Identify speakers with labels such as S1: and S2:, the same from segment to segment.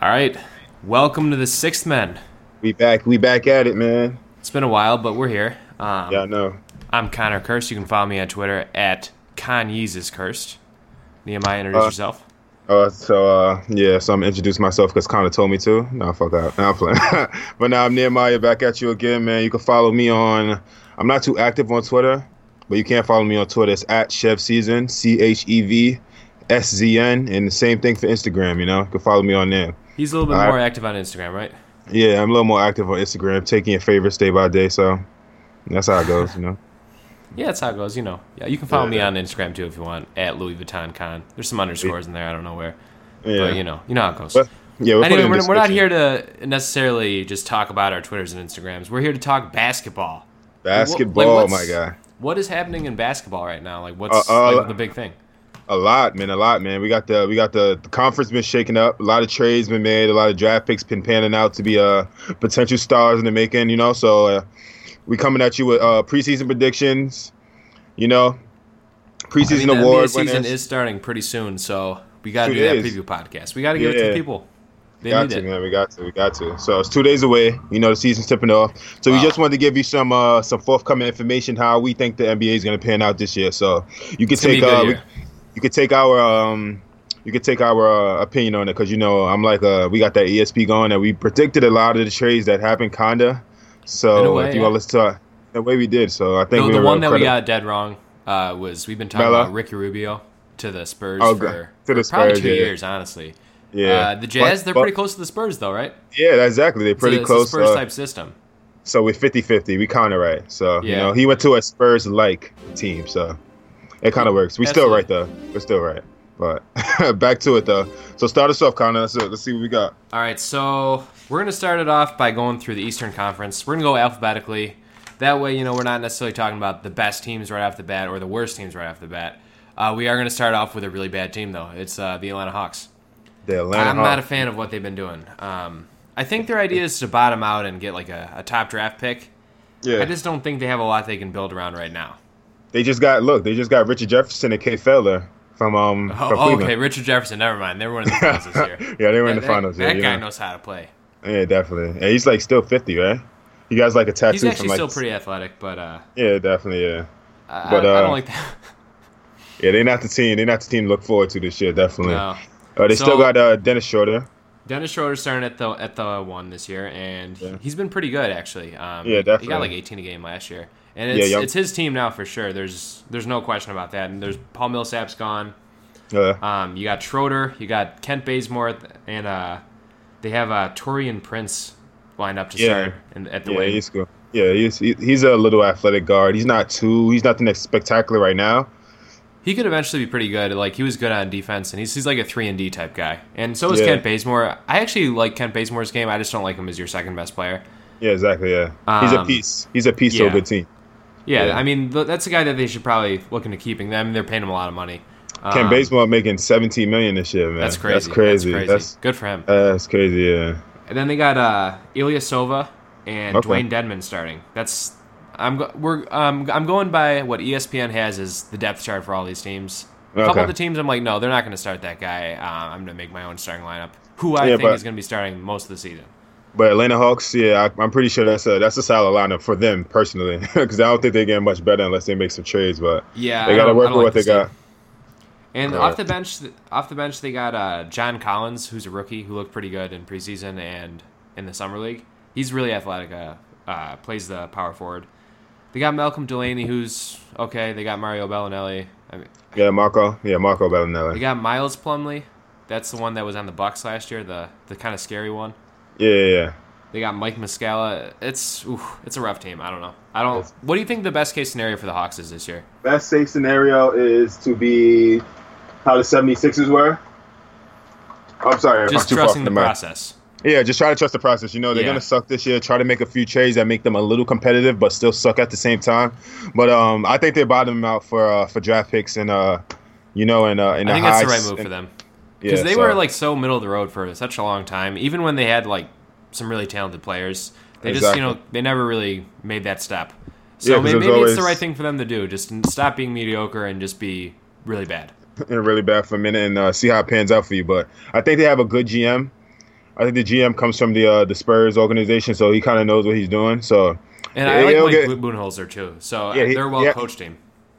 S1: All right. Welcome to the Sixth Men.
S2: We back, we back at it, man.
S1: It's been a while, but we're here. Um,
S2: Yeah, I know.
S1: I'm Connor Cursed. You can follow me on Twitter at Kanye's is Cursed. Nehemiah, introduce
S2: Uh,
S1: yourself.
S2: Uh, so uh, yeah, so I'm gonna introduce myself because Connor told me to. No, fuck out. Now I'm playing. but now I'm Nehemiah back at you again, man. You can follow me on. I'm not too active on Twitter, but you can follow me on Twitter. It's at Chef Season C H E V S Z N, and the same thing for Instagram. You know, you can follow me on there.
S1: He's a little bit
S2: I-
S1: more active on Instagram, right?
S2: Yeah, I'm a little more active on Instagram, taking your favorites day by day. So that's how it goes. You know.
S1: Yeah, that's how it goes. You know. Yeah, you can follow me
S2: Yeah.
S1: on Instagram too if you want at Louis Vuitton Con. There's some underscores in there. I don't know where,
S2: Yeah.
S1: but you know, you know how it goes.
S2: But- yeah. We'll put it
S1: anyway,
S2: in
S1: we're,
S2: the
S1: we're not
S2: description.
S1: here to necessarily just talk about our Twitters and Instagrams. We're here to talk basketball.
S2: Basketball,
S1: Like, what's-
S2: my guy.
S1: What is happening in basketball right now? Like, what's
S2: Uh, uh,
S1: like, the big thing?
S2: A lot, man. A lot, man. We got the we got the, the conference been shaken up. A lot of trades been made. A lot of draft picks been panning out to be uh potential stars in the making. You know, so uh, we coming at you with uh preseason predictions. You know,
S1: I
S2: preseason
S1: mean, the NBA
S2: award
S1: season
S2: winners.
S1: is starting pretty soon, so we got to
S2: Dude,
S1: do that
S2: it is.
S1: preview podcast. We got to give it to
S2: Yeah.
S1: the people. They
S2: got
S1: need
S2: to,
S1: it.
S2: man. We got to. We got to. So it's two days away. You know, the season's tipping off. So
S1: Wow.
S2: we just wanted to give you some uh some forthcoming information how we think the NBA is going to pan out this year. So you can
S1: gonna be
S2: take
S1: a good
S2: uh we,
S1: year.
S2: you could take our um you could take our uh, opinion on it because you know I'm like uh we got that ESP going and we predicted a lot of the trades that happened kinda.
S1: In a
S2: So
S1: way,
S2: if you
S1: yeah.
S2: want to listen to the way we did, so I think
S1: No,
S2: we
S1: the
S2: were
S1: one that we
S2: credible.
S1: got dead wrong uh, was we've been talking
S2: Mela?
S1: about Ricky Rubio to the Spurs
S2: Oh,
S1: for,
S2: God. To the
S1: for probably
S2: Spurs,
S1: two
S2: yeah.
S1: years, honestly.
S2: yeah
S1: Uh, the Jazz,
S2: But-
S1: they're
S2: but-
S1: pretty close to the Spurs, though, right?
S2: yeah exactly they're pretty
S1: so it's
S2: close
S1: a Spurs
S2: uh,
S1: type system.
S2: so we're 50-50 we kind of right so you
S1: Yeah.
S2: know he went to a spurs like team so it kind of works we still right though we're still right but back to it though so start us off connor let's, let's see what we got
S1: All right, so we're going to start it off by going through the Eastern Conference. We're going to go alphabetically. That way, you know, we're not necessarily talking about the best teams right off the bat or the worst teams right off the bat. Uh, we are going to start off with a really bad team, though. It's uh, the Atlanta Hawks.
S2: the atlanta
S1: I'm not a
S2: Hawks.
S1: fan of what they've been doing. Um, I think their idea is to bottom out and get like a, a top draft pick.
S2: yeah
S1: I just don't think they have a lot they can build around right now.
S2: they just got look they just got richard jefferson and kay feller from um
S1: Oh,
S2: from
S1: oh,
S2: Cleveland.
S1: okay, Richard Jefferson. Never mind. They were in the finals this year.
S2: yeah they were in
S1: That-
S2: the finals
S1: That,
S2: yeah,
S1: that guy
S2: you know.
S1: knows how to play.
S2: yeah definitely yeah he's like still 50 right he got like a tattoo
S1: He's
S2: from
S1: actually
S2: like
S1: still pretty athletic, but uh,
S2: yeah definitely yeah
S1: I,
S2: But,
S1: I, I
S2: uh,
S1: don't like that.
S2: yeah they're not the team they're not the team to look forward to this year definitely
S1: No.
S2: Uh, they
S1: So-
S2: still got uh, dennis schroeder
S1: Dennis Schroeder starting at the at the one this year, and
S2: Yeah.
S1: he's been pretty good actually. Um,
S2: Yeah,
S1: He got
S2: definitely.
S1: like 18 a game last year, and it's,
S2: young-
S1: it's his team now for sure. There's there's no question about that. And there's Paul Millsap's gone.
S2: uh,
S1: Um, you got Schroeder, you got Kent Bazemore, th- and uh, they have uh, Torian Prince lined up to
S2: Yeah.
S1: start in, at the
S2: yeah,
S1: wing.
S2: he's good. Yeah, he's he- he's a little athletic guard. He's not too. He's nothing that's spectacular right now.
S1: He could eventually be pretty good. Like he was good on defense, and he's, he's like a three and D type guy. And so is
S2: Yeah.
S1: Kent Bazemore. I actually like Kent Bazemore's game. I just don't like him as your second best player.
S2: Yeah, exactly. Yeah, he's a
S1: Um,
S2: piece. He's a piece to
S1: yeah.
S2: a good team.
S1: Yeah,
S2: Yeah.
S1: I mean th- that's a guy that they should probably look into keeping. Them, they're paying him a lot of money. Um,
S2: Ken Bazemore making seventeen million this year, man.
S1: That's crazy.
S2: That's crazy. That's that's,
S1: good for him.
S2: crazy. Yeah.
S1: And then they got uh, Ilya Sova and
S2: Okay.
S1: Dwayne Dedman starting. That's I'm go- we're um, I'm going by what ESPN has as the depth chart for all these teams. A couple
S2: Okay.
S1: of the teams, I'm like, no, they're not going to start that guy. Uh, I'm going to make my own starting lineup. Who I
S2: Yeah,
S1: think
S2: but-
S1: is going to be starting most of the season.
S2: But Atlanta Hawks, yeah, I, I'm pretty sure that's a that's a solid lineup for them personally, because I don't think they're getting much better unless they make some trades. But
S1: Yeah,
S2: they
S1: I
S2: got to
S1: don't- I
S2: work
S1: don't
S2: with
S1: like
S2: what they
S1: this team.
S2: got.
S1: And
S2: Right.
S1: off the bench, off the bench, they got uh, John Collins, who's a rookie who looked pretty good in preseason and in the summer league. He's really athletic. Uh, uh, plays the power forward. They got Malcolm Delaney, who's okay. They got Mario Bellinelli. I mean,
S2: Yeah, Marco. Yeah, Marco
S1: they
S2: Bellinelli.
S1: got Miles Plumley. That's the one that was on the Bucks last year. The the kind of scary one.
S2: Yeah, yeah, yeah.
S1: They got Mike Muscala. It's oof, it's a rough team. I don't know. I don't. What do you think the best case scenario for the Hawks is this year?
S2: Best safe scenario is to be how the 76ers were. I'm sorry.
S1: Just trusting the process.
S2: Yeah, just try to trust the process. You know, they're
S1: Yeah.
S2: gonna suck this year. Try to make a few trades that make them a little competitive, but still suck at the same time. But um, I think they're bottoming out for uh, for draft picks and uh, you know, and uh, and the
S1: I think that's the
S2: highs-
S1: right move for
S2: and-
S1: them.
S2: yeah,
S1: because they
S2: so-
S1: were like so middle of the road for such a long time. Even when they had like some really talented players, they just you
S2: Exactly.
S1: know they never really made that step. So
S2: Yeah, 'cause
S1: may-
S2: it was
S1: maybe, it's the
S2: always-
S1: right thing for them to do. Just n- stop being mediocre and just be really bad.
S2: really bad for a minute and uh, see how it pans out for you. But I think they have a good GM. I think the GM comes from the uh, the Spurs organization, so he kind of knows what he's doing. So
S1: And
S2: Yeah,
S1: I like
S2: he'll
S1: Mike
S2: get-
S1: Budenholzer too. So
S2: Yeah, he-
S1: they're a well
S2: yeah.
S1: coached team.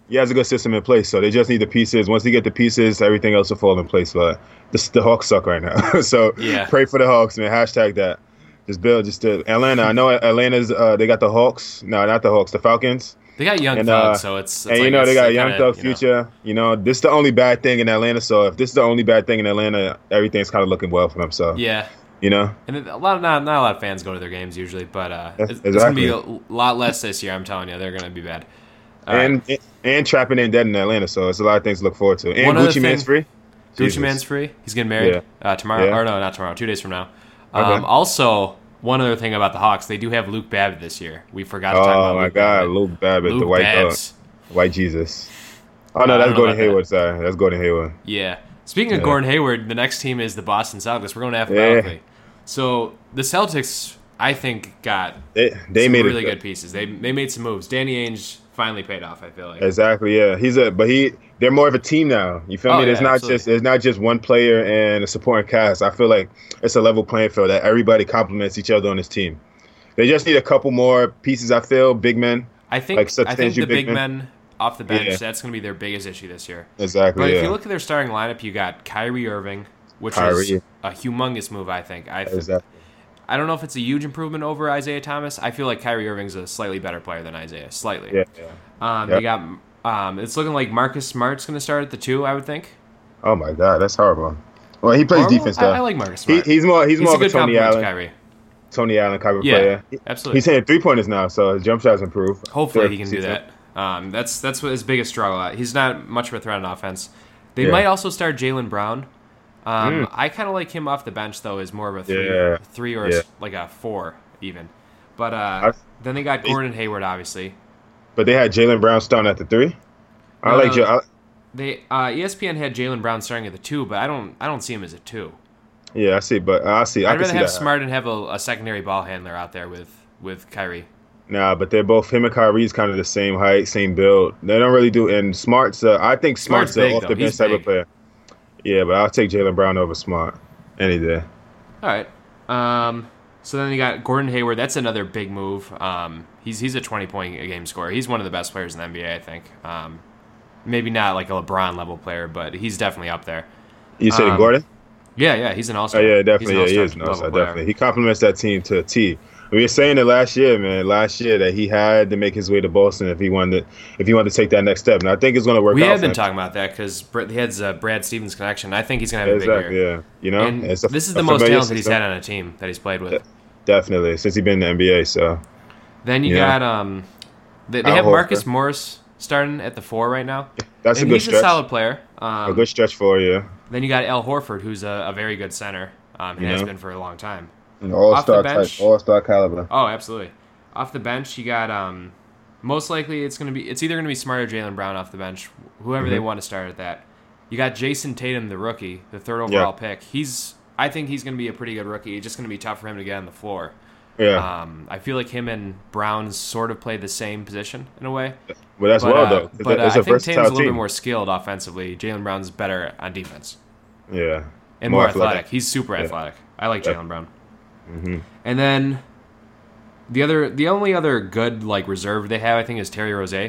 S2: he has a good system in place. So they just need the pieces. Once they get the pieces, everything else will fall in place. But the, the Hawks suck right now. so
S1: Yeah.
S2: pray for the Hawks, man. Hashtag that. Just build. Just uh, Atlanta. I know Atlanta's. Uh, they got the Hawks. No, not the Hawks. The Falcons.
S1: They got young
S2: And,
S1: thugs,
S2: uh,
S1: so it's, it's
S2: and
S1: like
S2: you know
S1: it's
S2: they got
S1: like
S2: Young
S1: kinda,
S2: Thug
S1: you know.
S2: Future. You know this is the only bad thing in Atlanta. So if this is the only bad thing in Atlanta, everything's kind of looking well for them. So
S1: Yeah,
S2: you know.
S1: and a lot of not, not a lot of fans go to their games usually, but uh,
S2: Yeah,
S1: it's, it's gonna be a
S2: exactly.
S1: lot less this year. I'm telling you, they're gonna be bad. All right.
S2: and and trapping ain't dead in Atlanta, so it's a lot of things to look forward to. And
S1: One other
S2: Gucci Man's
S1: thing-
S2: free.
S1: Gucci Man's free. He's getting married uh, tomorrow,
S2: Yeah.
S1: or no, not tomorrow. Two days from now. Um,
S2: Okay.
S1: Also, one other thing about the Hawks, they do have Luke Babbitt this year. We forgot. to talk
S2: Oh
S1: about
S2: my
S1: Luke
S2: God,
S1: Babbitt.
S2: Luke Babbitt, the
S1: Luke
S2: white dog,
S1: Babs.
S2: white Jesus. Oh no,
S1: I don't
S2: that's
S1: know
S2: Gordon
S1: about that.
S2: Hayward. Sorry, that's Gordon Hayward.
S1: Yeah. Speaking of
S2: Yeah.
S1: Gordon Hayward, the next team is the Boston Celtics. We're going alphabetically. So the Celtics, I think, got
S2: They they
S1: some
S2: made
S1: really
S2: it
S1: good pieces. They they made some moves. Danny Ainge finally paid off. I feel like.
S2: Exactly. Yeah, he's a but he they're more of a team now. You feel
S1: Oh,
S2: me? There's
S1: yeah,
S2: not
S1: absolutely.
S2: just it's not just one player and a supporting cast. I feel like it's a level playing field that everybody complements each other on this team. They just need a couple more pieces. I feel big men.
S1: I think
S2: Like,
S1: I think
S2: substantial
S1: the big
S2: big
S1: men,
S2: men.
S1: off the bench.
S2: Yeah.
S1: That's going to be their biggest issue this year.
S2: Exactly.
S1: But
S2: yeah.
S1: if you look at their starting lineup, you got Kyrie Irving, which is
S2: Kyrie.
S1: a humongous move. I think. I
S2: exactly.
S1: I don't know if it's a huge improvement over Isaiah Thomas. I feel like Kyrie Irving's a slightly better player than Isaiah. Slightly.
S2: Yeah, yeah.
S1: Um, They got. Um, it's looking like Marcus Smart's going to start at the two. I would think.
S2: Oh my god, that's horrible. Well, he plays
S1: Horrible?
S2: defense
S1: I-
S2: though.
S1: I like Marcus
S2: He,
S1: Smart.
S2: he's more he's,
S1: He's
S2: more
S1: a
S2: of a
S1: good
S2: Tony
S1: compliment to
S2: Allen
S1: Kyrie.
S2: Tony Allen type of
S1: Yeah,
S2: player. He-
S1: absolutely.
S2: He's hitting three pointers now, so his jump shots improved.
S1: Hopefully, he can do that. Um, that's that's what his biggest struggle. Uh, He's not much of a threat on offense. They
S2: Yeah. Hmm.
S1: might also start Jalen Brown. Um, I kind of like him off the bench though, as more of a three,
S2: Yeah.
S1: three or a s-
S2: Yeah.
S1: like a four even. But uh,
S2: I-
S1: then they got Gordon Hayward, obviously.
S2: But they had Jalen Brown starting at the three. I
S1: No,
S2: like
S1: no.
S2: Ja- I-
S1: They uh, ESPN had Jalen Brown starting at the two, but I don't I don't see him as a two.
S2: Yeah, I see, but I see. I
S1: I'd
S2: can
S1: rather
S2: see
S1: have
S2: that.
S1: Smart and have a, a secondary ball handler out there with with Kyrie.
S2: Nah, but they're both him and Kyrie's kind of the same height, same build. They don't really do. And Smart's, uh, I think
S1: Smart's
S2: Smart's,
S1: big,
S2: the off the
S1: though.
S2: bench
S1: He's
S2: type
S1: big.
S2: of player. Yeah, but I'll take Jalen Brown over Smart any day.
S1: All right. Um, so then you got Gordon Hayward. That's another big move. Um, he's he's a twenty point a game scorer. He's one of the best players in the NBA, I think. Um, maybe not like a LeBron level player, but he's definitely up there.
S2: You said
S1: Um,
S2: Gordon?
S1: Yeah, yeah, he's an all
S2: Oh
S1: star.
S2: yeah, definitely. Yeah, he is an all-star. Definitely, he complements that team to a T. We were saying it last year, man. Last year that he had to make his way to Boston if he wanted to, if he wanted to take that next step, and I think it's going to work
S1: We
S2: out.
S1: have
S2: for
S1: been
S2: him.
S1: talking about that because he has a Brad Stevens connection. I think he's gonna have a big
S2: exactly.
S1: year.
S2: Yeah, you know,
S1: And
S2: It's a-
S1: this is
S2: a
S1: the most
S2: familiar
S1: talented he's
S2: system.
S1: had on a team that he's played with.
S2: Definitely, since he's been in the NBA, so
S1: Then you
S2: Yeah.
S1: got um, they, they
S2: Al
S1: have
S2: Horford.
S1: Marcus Morris starting at the four right now.
S2: that's
S1: and
S2: a good
S1: he's
S2: stretch.
S1: a solid player. Um,
S2: a good stretch for you.
S1: Then you got Al Horford, who's a, a very good center. Um, and has
S2: Yeah.
S1: been for a long time.
S2: An all-star
S1: bench.
S2: type, all-star caliber.
S1: Oh, absolutely. Off the bench, you got um, most likely it's gonna be it's either gonna be Smart or Jalen Brown off the bench, whoever
S2: Mm-hmm.
S1: they want to start at that. You got Jason Tatum, the rookie, the third overall pick. He's I think he's gonna be a pretty good rookie. It's just gonna be tough for him to get on the floor.
S2: Yeah,
S1: Um, I feel like him and Brown sort of play the same position in a way.
S2: well, that's
S1: But,
S2: well
S1: uh,
S2: though. It's
S1: but
S2: a-
S1: uh, I
S2: it's a
S1: think Tatum's a
S2: versatile
S1: little bit
S2: team.
S1: more skilled offensively. Jalen Brown's better on defense.
S2: yeah,
S1: and more, athletic. He's super
S2: Yeah.
S1: athletic. I like
S2: Yeah. Mm-hmm.
S1: Jalen Brown. And then the other, the only other good like reserve they have, I think, is Terry Rose. I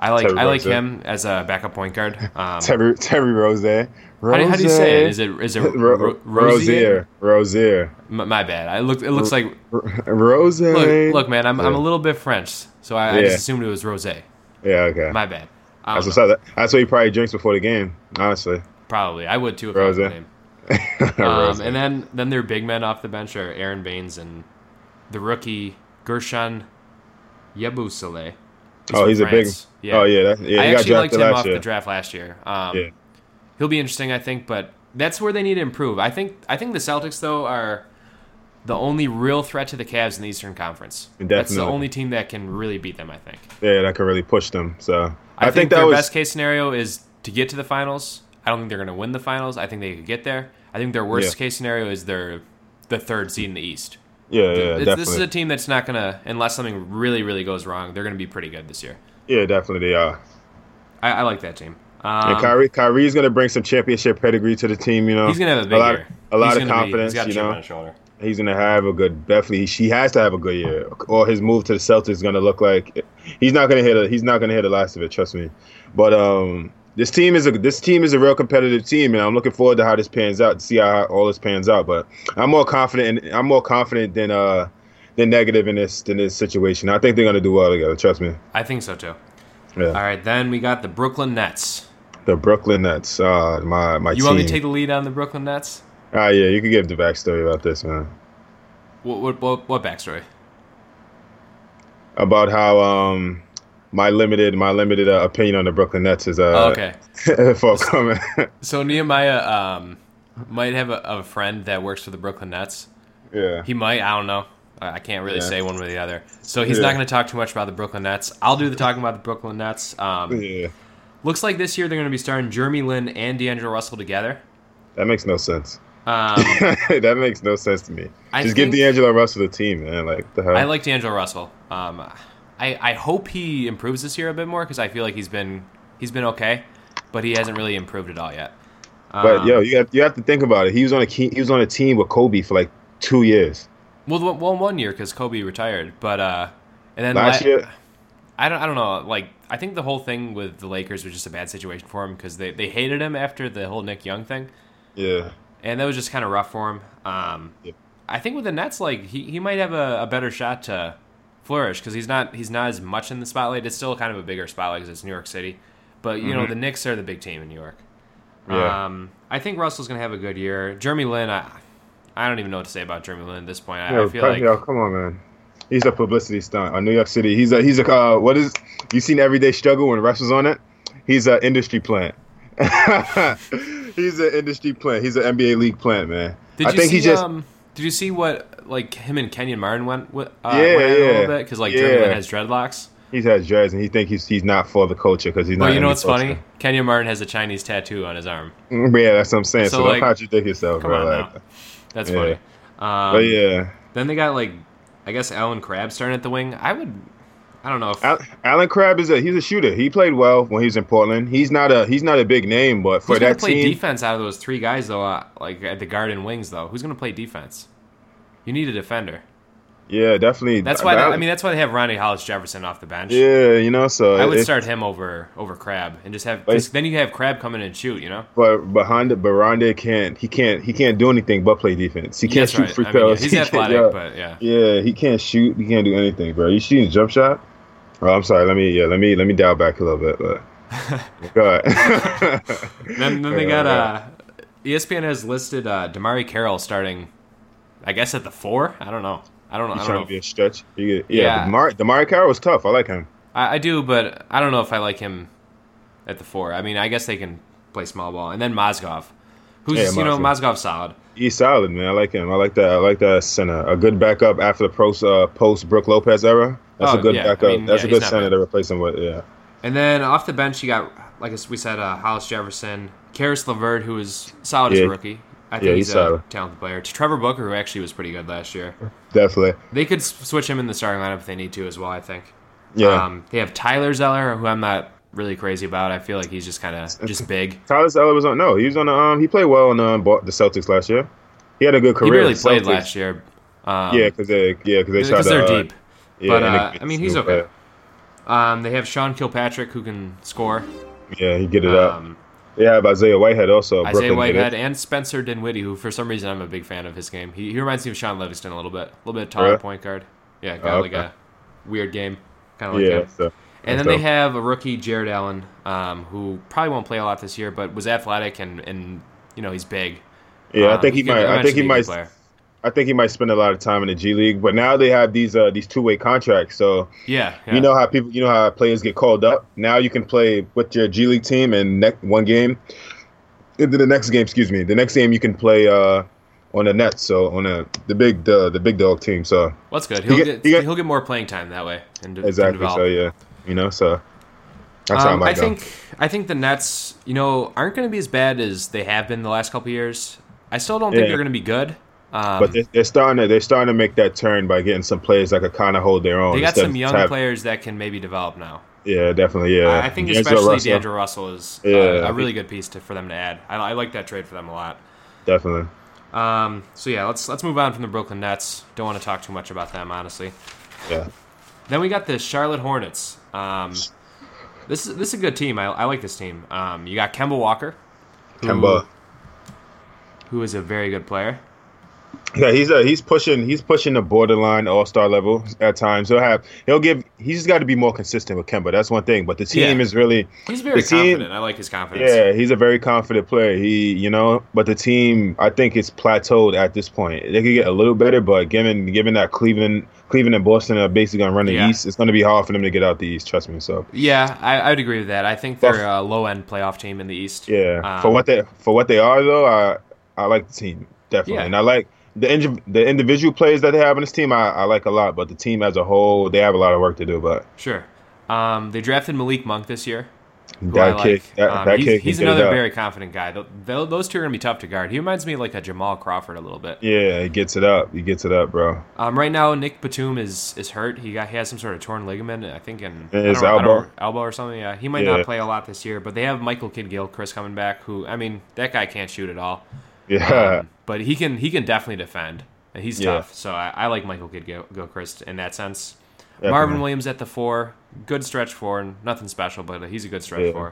S1: like
S2: Terry
S1: I like
S2: Rozier.
S1: him as a backup point guard. Um, how,
S2: Terry, Terry Rose.
S1: do, how do you say it? Is it is it
S2: Ro-
S1: Ro- Rozier?
S2: Rosier. Rosier.
S1: M- my bad. I looked. It looks like
S2: Rosier.
S1: look, look man. I'm, I'm a
S2: Yeah.
S1: little bit French, so I, I
S2: Yeah.
S1: just assumed it was Rose.
S2: Yeah, okay.
S1: My bad. I
S2: That's
S1: don't
S2: what's
S1: know.
S2: up. That's what he probably drinks before the game, honestly.
S1: Probably I would too if I was
S2: Rozier.
S1: the name. Um,
S2: Rose.
S1: and then then their big men off the bench are Aaron Baines and the rookie Gershon Yabusele.
S2: oh, he's
S1: from
S2: a big.
S1: France.
S2: Oh yeah, that, yeah.
S1: I
S2: He got
S1: actually liked
S2: drafted
S1: him
S2: last
S1: off
S2: year.
S1: the draft last year. Um,
S2: Yeah.
S1: He'll be interesting, I think, but that's where they need to improve. I think I think the Celtics though are the only real threat to the Cavs in the Eastern Conference. That's the
S2: Definitely.
S1: only team that can really beat them, I think.
S2: yeah, that could really push them. So I,
S1: I, think,
S2: think,
S1: their
S2: that was
S1: best case scenario is to get to the finals. I don't think they're going to win the finals. I think they could get there. I think their worst
S2: Yeah.
S1: case scenario is they're the third seed in the East.
S2: yeah, yeah,
S1: It's-
S2: definitely.
S1: this is a team that's not going to, unless something really, really goes wrong, they're going to be pretty good this year.
S2: yeah, definitely they are.
S1: I, I like that team. Um,
S2: and Kyrie, Kyrie's gonna bring some championship pedigree to the team. You know,
S1: He's gonna have a big
S2: lot,
S1: year.
S2: a lot
S1: He's
S2: of
S1: gonna be-
S2: confidence.
S1: he's got a
S2: you
S1: chip on
S2: know,
S1: his shoulder.
S2: he's gonna have a good. Definitely, she has to have a good year, or his move to the Celtics is gonna look like he's not gonna hit. A, he's not gonna hit the last of it. Trust me. But um, this team is a this team is a real competitive team, and I'm looking forward to how this pans out. To see how all this pans out, but I'm more confident. And I'm more confident than uh than negative in this than this situation. I think they're gonna do well together. Trust me.
S1: I think so too.
S2: Yeah.
S1: All right, then we got the Brooklyn Nets.
S2: The Brooklyn Nets. Uh, my my
S1: You
S2: team.
S1: want me to take the lead on the Brooklyn Nets?
S2: Ah, yeah, you can give the backstory about this man,
S1: What what what, what backstory?
S2: about how um my limited my limited uh, opinion on the Brooklyn Nets is
S1: Oh,
S2: uh
S1: okay,
S2: for coming.
S1: so Nehemiah um, might have a, a friend that works for the Brooklyn Nets.
S2: yeah,
S1: He might. I don't know. I I can't really
S2: Yeah.
S1: say one way or the other. So he's not
S2: Yeah.
S1: going to talk too much about the Brooklyn Nets. I'll do the talking about the Brooklyn Nets. Um,
S2: yeah,
S1: looks like this year they're going to be starring Jeremy Lin and D'Angelo Russell together.
S2: that makes no sense.
S1: Um,
S2: that makes no sense to me.
S1: I
S2: Just
S1: think-
S2: give D'Angelo Russell the team, man. Like the hell.
S1: I like D'Angelo Russell. Um, I I hope he improves this year a bit more because I feel like he's been he's been okay, but he hasn't really improved at all yet. Um,
S2: but yo, you have, you have to think about it. He was on a key, he was on a team with Kobe for like two years.
S1: well, the- well, one year because Kobe retired, but uh, and then
S2: Last
S1: la-
S2: year,
S1: I don't I don't know. Like I think the whole thing with the Lakers was just a bad situation for him because they they hated him after the whole Nick Young thing.
S2: yeah,
S1: and that was just kind of rough for him. Um,
S2: Yeah.
S1: I think with the Nets, like he, he might have a, a better shot to flourish because he's not he's not as much in the spotlight. It's still kind of a bigger spotlight because it's New York City, but you know the Knicks are the big team in New York.
S2: Mm-hmm. Yeah.
S1: Um, I think Russell's gonna have a good year. Jeremy Lin, I, I don't even know what to say about Jeremy Lin at this point. I,
S2: yo,
S1: I feel
S2: cut-
S1: like
S2: yo, come on, man. He's a publicity stunt on New York City. He's a he's a uh, what is you seen Everyday Struggle when Russ was on it? He's an industry plant. he's an industry plant. He's an NBA league plant, man.
S1: did
S2: I
S1: you
S2: think
S1: see
S2: he just
S1: um did you see what like him and Kenyon Martin went with uh,
S2: Yeah,
S1: went at a little
S2: yeah.
S1: bit because like Jeremy Lin
S2: Yeah.
S1: has dreadlocks.
S2: he's has dreads and he think he's he's not for the culture because he's
S1: But
S2: not.
S1: you know
S2: NBA
S1: what's
S2: culture.
S1: funny? Kenyon Martin has a Chinese tattoo on his arm.
S2: Mm, But yeah, that's what I'm saying.
S1: So,
S2: So, don't
S1: like,
S2: contradict yourself,
S1: Come
S2: bro.
S1: on
S2: Like,
S1: now. That's
S2: Yeah.
S1: funny. Um,
S2: But yeah,
S1: Then they got like, I guess Alan Crabbe starting at the wing. I would, I don't know if
S2: Al- Alan Crabb is a he's a shooter. He played well when he was in Portland. He's not a he's not a big name, but for
S1: who's gonna
S2: that
S1: play
S2: team,
S1: defense out of those three guys though. Uh, like at the guard and wings though, who's gonna play defense? You need a defender.
S2: yeah, definitely.
S1: That's why.
S2: That-
S1: I mean, that's why they have Ronnie Hollis Jefferson off the bench.
S2: Yeah, you know, so
S1: I would
S2: it's-
S1: start him over over Crab and just have. 'cause then you have Crab come in and shoot. You know.
S2: But behind but Rondé can't he can't he can't do anything but play defense. He can't
S1: That's
S2: shoot
S1: right.
S2: free
S1: I mean, yeah,
S2: throws.
S1: he's
S2: He can't-
S1: athletic,
S2: yeah.
S1: but yeah.
S2: yeah, he can't shoot. He can't do anything, bro. You shooting a jump shot? Oh, I'm sorry. Let me yeah. Let me let me dial back a little bit. But God.
S1: Then, then they got
S2: Yeah.
S1: uh, ESPN has listed uh, Damari Carroll starting, I guess at the four. I don't know. I don't
S2: You
S1: know. I don't
S2: trying
S1: know.
S2: to be a stretch? You get-
S1: Yeah.
S2: yeah, Demar Demar Carroll was tough. I like him.
S1: I, I do, but I don't know if I like him at the four. I mean, I guess they can play small ball, and then Mozgov, who's
S2: Yeah,
S1: you know
S2: Mozgov.
S1: Mozgov's solid.
S2: He's solid, man. I like him. I like that. I like that center. A good backup after the post uh, post Brook Lopez era. That's
S1: Oh,
S2: a good
S1: yeah. I
S2: backup.
S1: mean,
S2: That's
S1: yeah,
S2: a
S1: he's
S2: good
S1: not
S2: center
S1: bad.
S2: to replace him with. Yeah.
S1: And then off the bench, you got like as we said, uh, Hollis Jefferson, Karis LeVert, who is solid as a
S2: Yeah.
S1: rookie. I think
S2: Yeah,
S1: he's,
S2: he's
S1: a
S2: solid.
S1: talented player. To Trevor Booker, who actually was pretty good last year.
S2: Definitely.
S1: They could s- switch him in the starting lineup if they need to as well. I think.
S2: Yeah.
S1: Um, they have Tyler Zeller, who I'm not really crazy about. I feel like he's just kind of just big.
S2: Tyler Zeller was on. No, he was on the. Um, he played well on um, Bo- the Celtics last year. He had a good
S1: He
S2: career.
S1: barely
S2: with
S1: played
S2: Celtics.
S1: last year. Um,
S2: Yeah, because they, yeah, because they shot
S1: because they're
S2: the, uh,
S1: deep.
S2: yeah,
S1: But,
S2: and they
S1: uh,
S2: get
S1: I mean,
S2: the
S1: he's
S2: scoop,
S1: okay. Um, they have Sean Kilpatrick who can score.
S2: but, Yeah, he get it up.
S1: Um,
S2: They have Isaiah Whitehead also.
S1: Isaiah
S2: Brooklyn
S1: Whitehead
S2: Whitehead.
S1: and Spencer Dinwiddie, who for some reason I'm a big fan of his game. He, he reminds me of Sean Livingston a little bit, a little bit taller
S2: Really?
S1: point guard. Yeah, got
S2: Oh,
S1: like
S2: okay.
S1: a weird game, kind of like
S2: Yeah.
S1: him.
S2: So,
S1: And then
S2: so-
S1: they have a rookie Jared Allen, um, who probably won't play a lot this year, but was athletic and and you know he's big.
S2: Yeah,
S1: Um,
S2: I think he
S1: could
S2: might. I think he
S1: eventually be a good
S2: might.
S1: player.
S2: I think he might spend a lot of time in the G League. But now they have these uh, these two way contracts. So
S1: Yeah, yeah.
S2: you know how people, you know how players get called up. Now you can play with your G League team and ne- one game. Into the next game, excuse me, the next game you can play uh, on the Nets. So on the the big the the big dog team. So.
S1: Well, that's good. He'll
S2: get-
S1: get,
S2: you get-
S1: he'll get more playing time that way. And de-
S2: Exactly.
S1: develop.
S2: So yeah, you know, so that's how
S1: Um,
S2: I
S1: I
S2: might go.
S1: think I think the Nets, you know, aren't going to be as bad as they have been the last couple years. I still don't think
S2: Yeah.
S1: they're going to be good. Um,
S2: but they're, they're starting to they're starting to make that turn by getting some players that could kind of hold their own.
S1: they got
S2: instead
S1: some
S2: of
S1: young
S2: just have-
S1: players that can maybe develop now.
S2: Yeah, definitely. Yeah,
S1: I, I think
S2: D'Angelo
S1: especially
S2: Russell,
S1: D'Angelo Russell is uh,
S2: Yeah, I
S1: a really
S2: think-
S1: good piece to, for them to add. I, I like that trade for them a lot.
S2: Definitely.
S1: Um, so yeah, let's let's move on from the Brooklyn Nets. Don't want to talk too much about them, honestly.
S2: Yeah.
S1: Then we got the Charlotte Hornets. Um, this is this is a good team. I, I like this team. Um, you got Kemba Walker, who-
S2: Kemba.
S1: who is a very good player.
S2: Yeah, he's uh, he's pushing he's pushing the borderline All Star level at times. He'll have he'll give he's just got to be more consistent with Kemba. That's one thing. But the team
S1: Yeah.
S2: is really
S1: He's very
S2: The team-
S1: confident. I like his confidence.
S2: yeah he's a very confident player. He you know but the team I think it's plateaued at this point. They could get a little better, but given given that Cleveland Cleveland and Boston are basically gonna run the
S1: Yeah.
S2: East, it's gonna be hard for them to get out the East. Trust me. So
S1: Yeah, I, I would agree with that. I think
S2: Well-
S1: they're a low end playoff team in the East.
S2: Yeah,
S1: Um,
S2: for what they for what they are though, I I like the team definitely,
S1: Yeah.
S2: and I like the indi- the individual players that they have on this team. I, I like a lot, but the team as a whole, they have a lot of work to do. But
S1: Sure. Um, they drafted Malik Monk this year. Who I
S2: that
S1: like.
S2: kick, that,
S1: um,
S2: that
S1: he's,
S2: kick,
S1: he's
S2: can get it
S1: another
S2: out.
S1: very confident guy. Th th those two are going to be tough to guard. He reminds me of like a Jamal Crawford a little bit.
S2: yeah, he gets it up, he gets it up, bro.
S1: Um, right now, Nick Batum is is hurt. He got he has some sort of torn ligament, I think, in
S2: In his
S1: I don't- I don't-
S2: elbow?
S1: elbow or something. Yeah, he might
S2: Yeah.
S1: not play a lot this year. But they have Michael Kidd Gilchrist coming back. Who I mean, that guy can't shoot at all.
S2: Yeah,
S1: Um, but he can he can definitely defend. And he's
S2: Yeah.
S1: tough. So I, I like Michael Kidd Gil- Gilchrist in that sense.
S2: Definitely.
S1: Marvin Williams at the four, good stretch four, and nothing special, but he's a good stretch
S2: Yeah.
S1: four.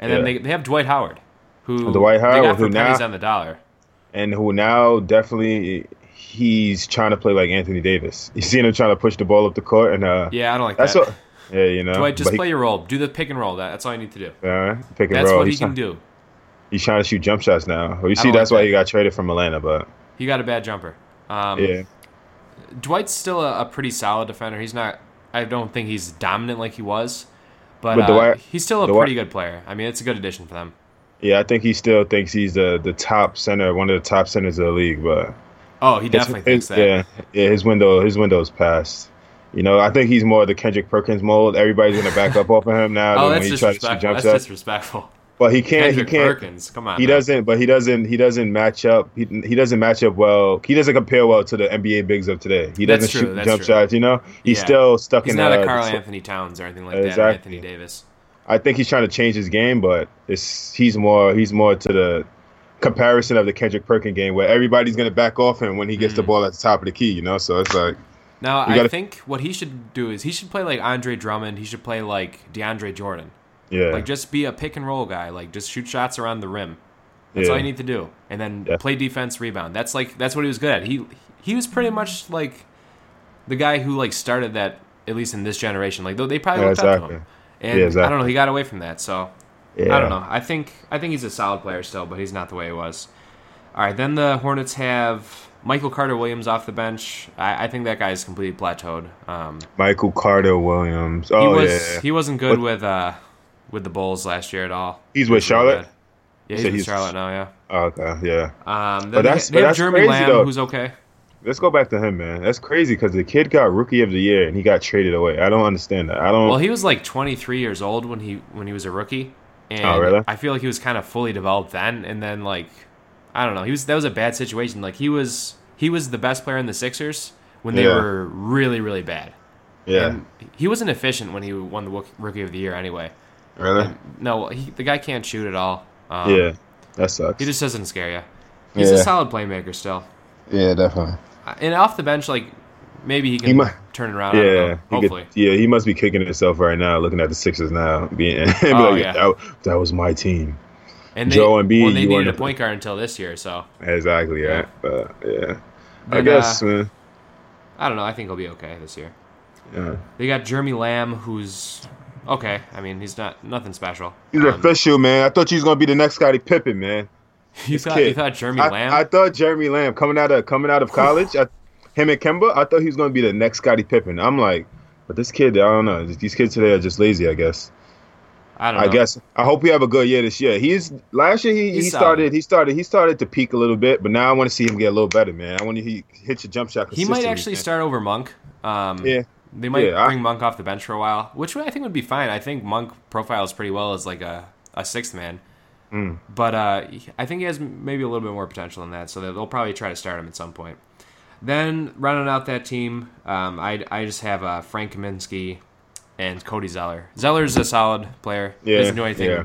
S1: And
S2: Yeah. Oh,
S1: then they, they have Dwight Howard, who
S2: Dwight
S1: they
S2: Howard,
S1: got for
S2: who
S1: pennies
S2: now-
S1: on the dollar.
S2: and who now definitely he's trying to play like Anthony Davis. You seen him trying to push the ball up the court, and uh,
S1: Yeah, I don't like
S2: that's
S1: that.
S2: what. Yeah, you know,
S1: Dwight, just
S2: but he-
S1: play your role, do the pick and roll. That, that's all you need to do.
S2: uh, pick and
S1: That's
S2: roll.
S1: what he
S2: he's,
S1: can
S2: trying,
S1: do.
S2: he's trying to shoot jump shots now. Well, you see,
S1: don't
S2: that's
S1: like
S2: why
S1: that.
S2: he got traded from Atlanta, but
S1: He got a bad jumper. Um,
S2: yeah.
S1: Dwight's still a, a pretty solid defender. He's not. I don't think he's dominant like he was, but,
S2: But
S1: uh,
S2: Dwight-
S1: he's still a
S2: Dwight-
S1: pretty good player. I mean, it's a good addition for them.
S2: Yeah, I think he still thinks he's the the top center, one of the top centers of the league. But
S1: Oh, he definitely thinks
S2: his,
S1: that.
S2: yeah, yeah, his window his window's passed. You know, I think he's more of the Kendrick Perkins mold. Everybody's gonna back up off of him now.
S1: Oh,
S2: than
S1: that's
S2: when he tries to shoot
S1: disrespectful.
S2: jump
S1: That's
S2: shots.
S1: disrespectful.
S2: But he can't.
S1: Kendrick
S2: he can't.
S1: Perkins, come on.
S2: He
S1: man.
S2: doesn't. But he doesn't. He doesn't match up. He, he doesn't match up well. He doesn't compare well to the NBA bigs of today. He
S1: That's
S2: doesn't
S1: true,
S2: shoot
S1: that's
S2: jump
S1: true.
S2: shots. You know, he's
S1: Yeah.
S2: still stuck
S1: He's
S2: in
S1: not
S2: uh,
S1: a Carl
S2: the-
S1: Anthony Towns or anything like that. Or
S2: Exactly.
S1: Anthony Davis.
S2: I think he's trying to change his game, but it's he's more he's more to the comparison of the Kendrick Perkins game where everybody's gonna back off him when he
S1: Mm.
S2: gets the ball at the top of the key, you know. So it's like
S1: Now
S2: You
S1: I
S2: gotta-
S1: think what he should do is he should play like Andre Drummond. He should play like DeAndre Jordan.
S2: yeah,
S1: Like just be a pick and roll guy. Like just shoot shots around the rim. That's all
S2: Yeah.
S1: you need to do. And then
S2: Yeah.
S1: play defense, rebound. That's like that's what he was good at. He he was pretty much like the guy who like started that at least in this generation. Like though they probably
S2: Yeah,
S1: looked up to
S2: exactly.
S1: him. And
S2: Yeah,
S1: I
S2: exactly.
S1: don't know. He got away from that. So
S2: yeah.
S1: I don't know. I think I think he's a solid player still, but he's not the way he was. All right, then the Hornets have Michael Carter Williams off the bench. I, I think that guy is completely plateaued. Um,
S2: Michael Carter Williams.
S1: he
S2: Oh
S1: was
S2: yeah,
S1: he wasn't good with uh, with the Bulls last year at all.
S2: he's
S1: He
S2: with
S1: was really
S2: Charlotte.
S1: good.
S2: So
S1: Yeah, he's with
S2: he's-
S1: Charlotte now. Yeah.
S2: Oh, okay, yeah.
S1: Um,
S2: But
S1: then they,
S2: that's-
S1: they
S2: but
S1: have
S2: that's
S1: Jeremy
S2: crazy,
S1: Lamb,
S2: though.
S1: who's okay.
S2: Let's go back to him, man. That's crazy because the kid got Rookie of the Year and he got traded away. I don't understand that. I don't.
S1: Well, he was like 23 years old when he when he was a rookie, and
S2: Oh, really?
S1: I feel like he was kind of fully developed then. And then like, I don't know, he was that was a bad situation. Like he was he was the best player in the Sixers when they
S2: Yeah.
S1: were really really bad.
S2: yeah,
S1: And he wasn't efficient when he won the Wook- Rookie of the Year anyway.
S2: really.
S1: No, he, the guy can't shoot at all. Um,
S2: yeah, that sucks.
S1: he just doesn't scare you. He's a
S2: Yeah.
S1: solid playmaker still,
S2: yeah, definitely.
S1: Uh, and off the bench like maybe he can
S2: might-
S1: turn it around. I don't know.
S2: Yeah, he
S1: hopefully.
S2: could, yeah, he must be kicking himself right now, looking at the Sixers now, being be
S1: Oh,
S2: like,
S1: yeah.
S2: that, that was my team.
S1: and
S2: Joe Embiid,
S1: well, they
S2: you
S1: needed
S2: wanna-
S1: a point guard until this year, so
S2: Exactly.
S1: Yeah.
S2: Yeah. But yeah. I
S1: Then,
S2: guess.
S1: uh,
S2: man.
S1: I don't know. I think he'll be okay this year.
S2: yeah.
S1: They got Jeremy Lamb, who's okay. I mean, he's not nothing special.
S2: He's
S1: Um,
S2: official, man. I thought you was gonna be the next Scottie Pippen, man.
S1: you thought
S2: kid.
S1: you thought Jeremy
S2: I,
S1: Lamb?
S2: I thought Jeremy Lamb coming out of coming out of college, I, him and Kemba. I thought he was gonna be the next Scottie Pippen. I'm like, but this kid, I don't know. These kids today are just lazy, I guess.
S1: I don't know.
S2: I guess. I hope he have a good year this year. He's last year he,
S1: He's
S2: he
S1: solid.
S2: started he started he started to peak a little bit, but now I want to see him get a little better, man. I want to he hit your jump shot.
S1: he might
S2: consistently,
S1: actually
S2: man.
S1: start over Monk. Um,
S2: Yeah.
S1: They might
S2: Yeah, I-
S1: bring Monk off the bench for a while, which I think would be fine. I think Monk profiles pretty well as like a, a sixth man,
S2: Mm.
S1: but uh, I think he has maybe a little bit more potential than that. So they'll probably try to start him at some point. Then running out that team, um, I I just have uh, Frank Kaminsky and Cody Zeller. Zeller's a solid player.
S2: Yeah,
S1: doesn't do anything.
S2: yeah.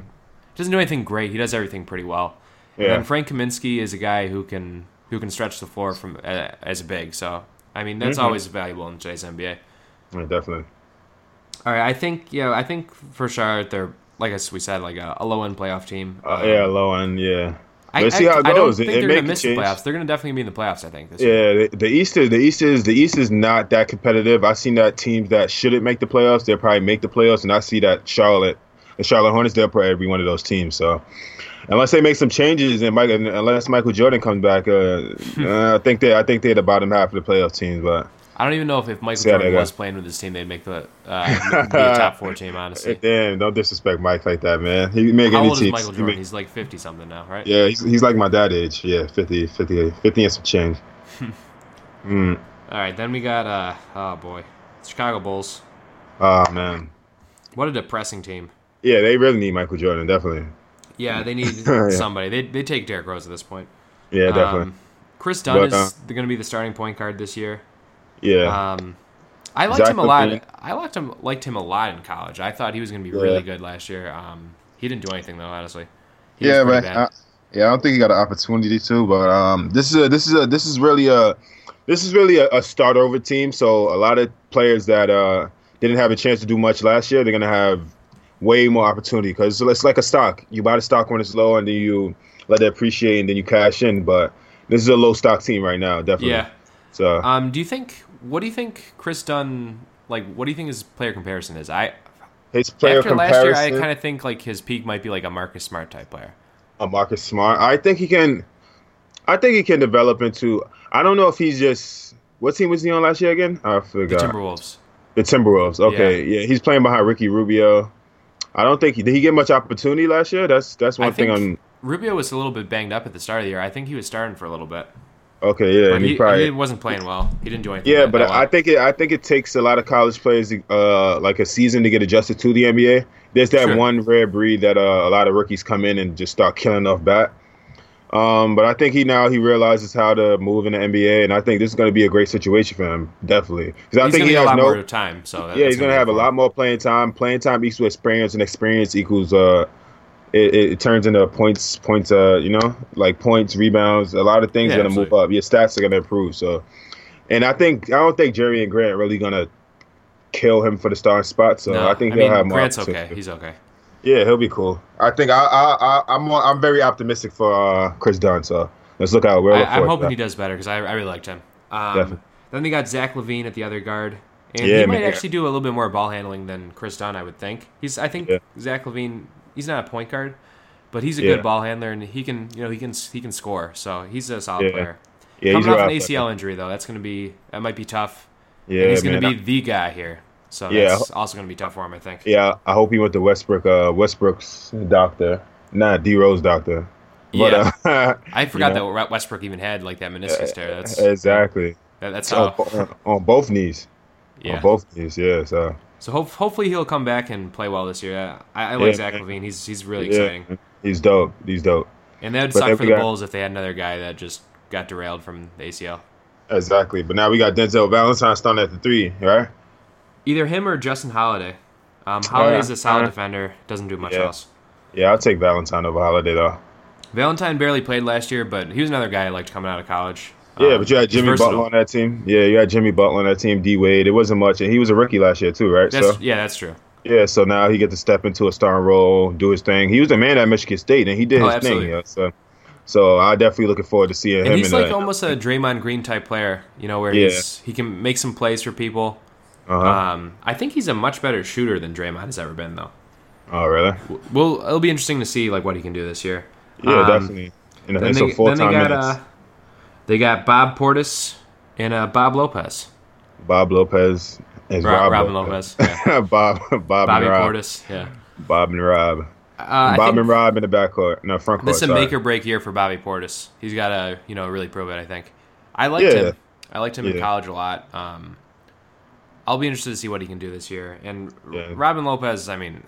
S1: Doesn't do anything great. He does everything pretty well. And
S2: Yeah.
S1: then Frank Kaminsky is a guy who can who can stretch the floor from uh, as a big. So I mean that's
S2: Mm-hmm.
S1: always valuable in today's NBA.
S2: Yeah, definitely.
S1: All right, I think yeah, I think for sure they're like as we said like a, a low end playoff team.
S2: Uh,
S1: Um,
S2: yeah, low end. Yeah.
S1: I,
S2: Let's
S1: I-
S2: see how it
S1: I don't
S2: goes.
S1: think
S2: It- it
S1: they're
S2: may
S1: gonna miss the
S2: change.
S1: playoffs. They're gonna definitely be in the playoffs. I think this year.
S2: Yeah, the, the East is the East is the East is not that competitive. I've seen that teams that shouldn't make the playoffs, they'll probably make the playoffs, and I see that Charlotte, the Charlotte Hornets, they'll probably be one of those teams. So unless they make some changes, and Mike, and unless Michael Jordan comes back, uh, uh, I think they I think they're the bottom half of the playoff teams. But
S1: I don't even know if, if Michael
S2: See how
S1: Jordan
S2: they go.
S1: was playing with his team, they'd make the uh, be a top four team. Honestly,
S2: damn, don't disrespect Mike like that, man. He can make
S1: how
S2: any
S1: old is
S2: teams.
S1: Michael
S2: He
S1: Jordan?
S2: make-
S1: He's like fifty something now, right?
S2: yeah, he's, he's like my dad age. Yeah, 50, 50, 50 and some change. mm.
S1: All right, then we got uh oh boy, Chicago Bulls.
S2: Oh man,
S1: What a depressing team.
S2: yeah, they really need Michael Jordan, definitely.
S1: Yeah, they need
S2: Yeah.
S1: somebody. They they take Derrick Rose at this point.
S2: Yeah, definitely.
S1: Um, Chris Dunn
S2: But, uh,
S1: is going to be the starting point guard this year.
S2: yeah.
S1: Um, I liked him a
S2: Zach
S1: lot.
S2: Levine.
S1: I liked him liked him a lot in college. I thought he was going to be
S2: Yeah.
S1: really good last year. Um, he didn't do anything though, honestly. He was
S2: Yeah,
S1: pretty
S2: but
S1: bad.
S2: I, yeah, I don't think he got an opportunity to. But um, this is a this is a this is really a this is really a, a start over team. So a lot of players that uh didn't have a chance to do much last year, they're gonna have way more opportunity because it's like a stock. You buy the stock when it's low, and then you let it appreciate, and then you cash in. But this is a low stock team right now, definitely.
S1: yeah.
S2: So
S1: Um, do you think? What do you think Chris Dunn? Like, what do you think his player comparison is? I
S2: his player
S1: after
S2: comparison.
S1: last year, I kind of think like his peak might be like a Marcus Smart type player.
S2: a uh, Marcus Smart. I think he can. I think he can develop into. I don't know if he's just. What team was he on last year again? I
S1: The
S2: forgot.
S1: Timberwolves.
S2: The Timberwolves. Okay, yeah. he's playing behind Ricky Rubio. I don't think he did. He get much opportunity last year. That's that's
S1: I
S2: one thing.
S1: think
S2: I'm
S1: Rubio was a little bit banged up at the start of the year. I think he was starting for a little bit.
S2: okay. Yeah,
S1: But
S2: and
S1: he,
S2: he probably.
S1: he wasn't playing well. He didn't do anything.
S2: yeah,
S1: that-
S2: but
S1: that well.
S2: I think it. I think it takes a lot of college players uh like a season to get adjusted to the NBA. There's that
S1: Sure.
S2: one rare breed that uh, a lot of rookies come in and just start killing off bat. Um, but I think he now he realizes how to move in the NBA, and I think this is going to be a great situation for him, definitely. Because I
S1: he's
S2: think
S1: gonna
S2: he
S1: get a
S2: has
S1: lot
S2: no.
S1: more time. So that-
S2: yeah,
S1: that's
S2: he's gonna
S1: be
S2: have a
S1: fun.
S2: lot more playing time. Playing time equals experience, and experience equals uh, it, it, it turns into points, points. Uh, you know, like points, rebounds. A lot of things
S1: Yeah,
S2: are gonna move up. Your stats are gonna improve. So, and I think I don't think Jerry and Grant really gonna kill him for the starting spot. So
S1: No,
S2: I think
S1: I
S2: he'll
S1: mean,
S2: have more.
S1: Grant's okay.
S2: opportunity.
S1: He's okay.
S2: Yeah, he'll be cool. I think I, I, I I'm more, I'm very optimistic for uh, Chris Dunn. So let's look out. We're
S1: I,
S2: looking
S1: I'm
S2: forward to
S1: hoping
S2: that.
S1: he does better because I, I really liked him. Um,
S2: Definitely.
S1: then they got Zach Levine at the other guard, and
S2: Yeah,
S1: he
S2: man,
S1: might
S2: yeah.
S1: actually do a little bit more ball handling than Chris Dunn. I would think he's. I think
S2: Yeah.
S1: Zach Levine. He's not a point guard, but he's a
S2: Yeah.
S1: good ball handler, and he can you know he can he can score. So he's a solid
S2: Yeah.
S1: player.
S2: Yeah,
S1: Coming off
S2: right
S1: an
S2: about that.
S1: ACL injury though, that's gonna be that might be tough.
S2: Yeah,
S1: and he's gonna
S2: man.
S1: be the guy here, so
S2: Yeah.
S1: that's also gonna be tough for him. I think.
S2: Yeah, I hope he went to Westbrook, uh, Westbrook's doctor, not D Rose doctor.
S1: Yeah.
S2: But, uh,
S1: I forgot
S2: know. Uh,
S1: that Westbrook even had like that meniscus tear. That's
S2: exactly.
S1: that- that's
S2: So,
S1: how.
S2: on, on both knees.
S1: Yeah.
S2: On both knees. Yeah. So.
S1: So hope, hopefully he'll come back and play well this year. I, I like
S2: Yeah,
S1: Zach
S2: man.
S1: Levine. He's he's really
S2: Yeah.
S1: exciting.
S2: He's dope. He's dope.
S1: And that would
S2: But
S1: suck
S2: then
S1: for
S2: we
S1: the
S2: got-
S1: Bulls if they had another guy that just got derailed from the ACL.
S2: Exactly. But now we got Denzel Valentine starting at the three, right?
S1: Either him or Justin Holiday. Um, Holiday's a solid
S2: uh,
S1: defender. Doesn't do much
S2: yeah.
S1: else.
S2: Yeah, I'll take Valentine over Holiday though.
S1: Valentine barely played last year, but he was another guy I liked coming out of college.
S2: Yeah,
S1: Um,
S2: but you had
S1: he's
S2: Jimmy
S1: versatile.
S2: Butler on that team. Yeah, you had Jimmy Butler on that team. D Wade. It wasn't much, and he was a rookie last year too, right?
S1: That's,
S2: so
S1: yeah, that's true.
S2: yeah, so now he gets to step into a starring role, do his thing. He was a man at Michigan State, and he did
S1: Oh,
S2: his
S1: absolutely.
S2: thing. Yeah, so, so I'm definitely looking forward to seeing
S1: And
S2: him.
S1: he's
S2: in
S1: like
S2: the,
S1: almost a Draymond Green type player, you know, where
S2: Yeah.
S1: he's he can make some plays for people.
S2: uh-huh.
S1: Um, I think he's a much better shooter than Draymond has ever been, though.
S2: oh, really?
S1: Well, it'll be interesting to see like what he can do this year.
S2: Yeah,
S1: Um,
S2: definitely. And,
S1: Then
S2: and
S1: they,
S2: some full
S1: then they
S2: time
S1: got
S2: minutes.
S1: uh, they got Bob Portis and uh, Bob Lopez,
S2: Bob Lopez is
S1: Ro-
S2: Rob
S1: Robin Lopez, yeah.
S2: Bob, Bob,
S1: Bobby
S2: and Rob.
S1: Portis. Yeah,
S2: Bob and Rob.
S1: uh, I
S2: Bob
S1: think
S2: and Rob in the backcourt. No, front court.
S1: This is a
S2: sorry.
S1: make or break year for Bobby Portis. He's got to you know really prove it. I think. I liked
S2: Yeah.
S1: him. I liked him in
S2: Yeah.
S1: college a lot. Um, I'll be interested to see what he can do this year. And R-
S2: Yeah.
S1: Robin Lopez, I mean,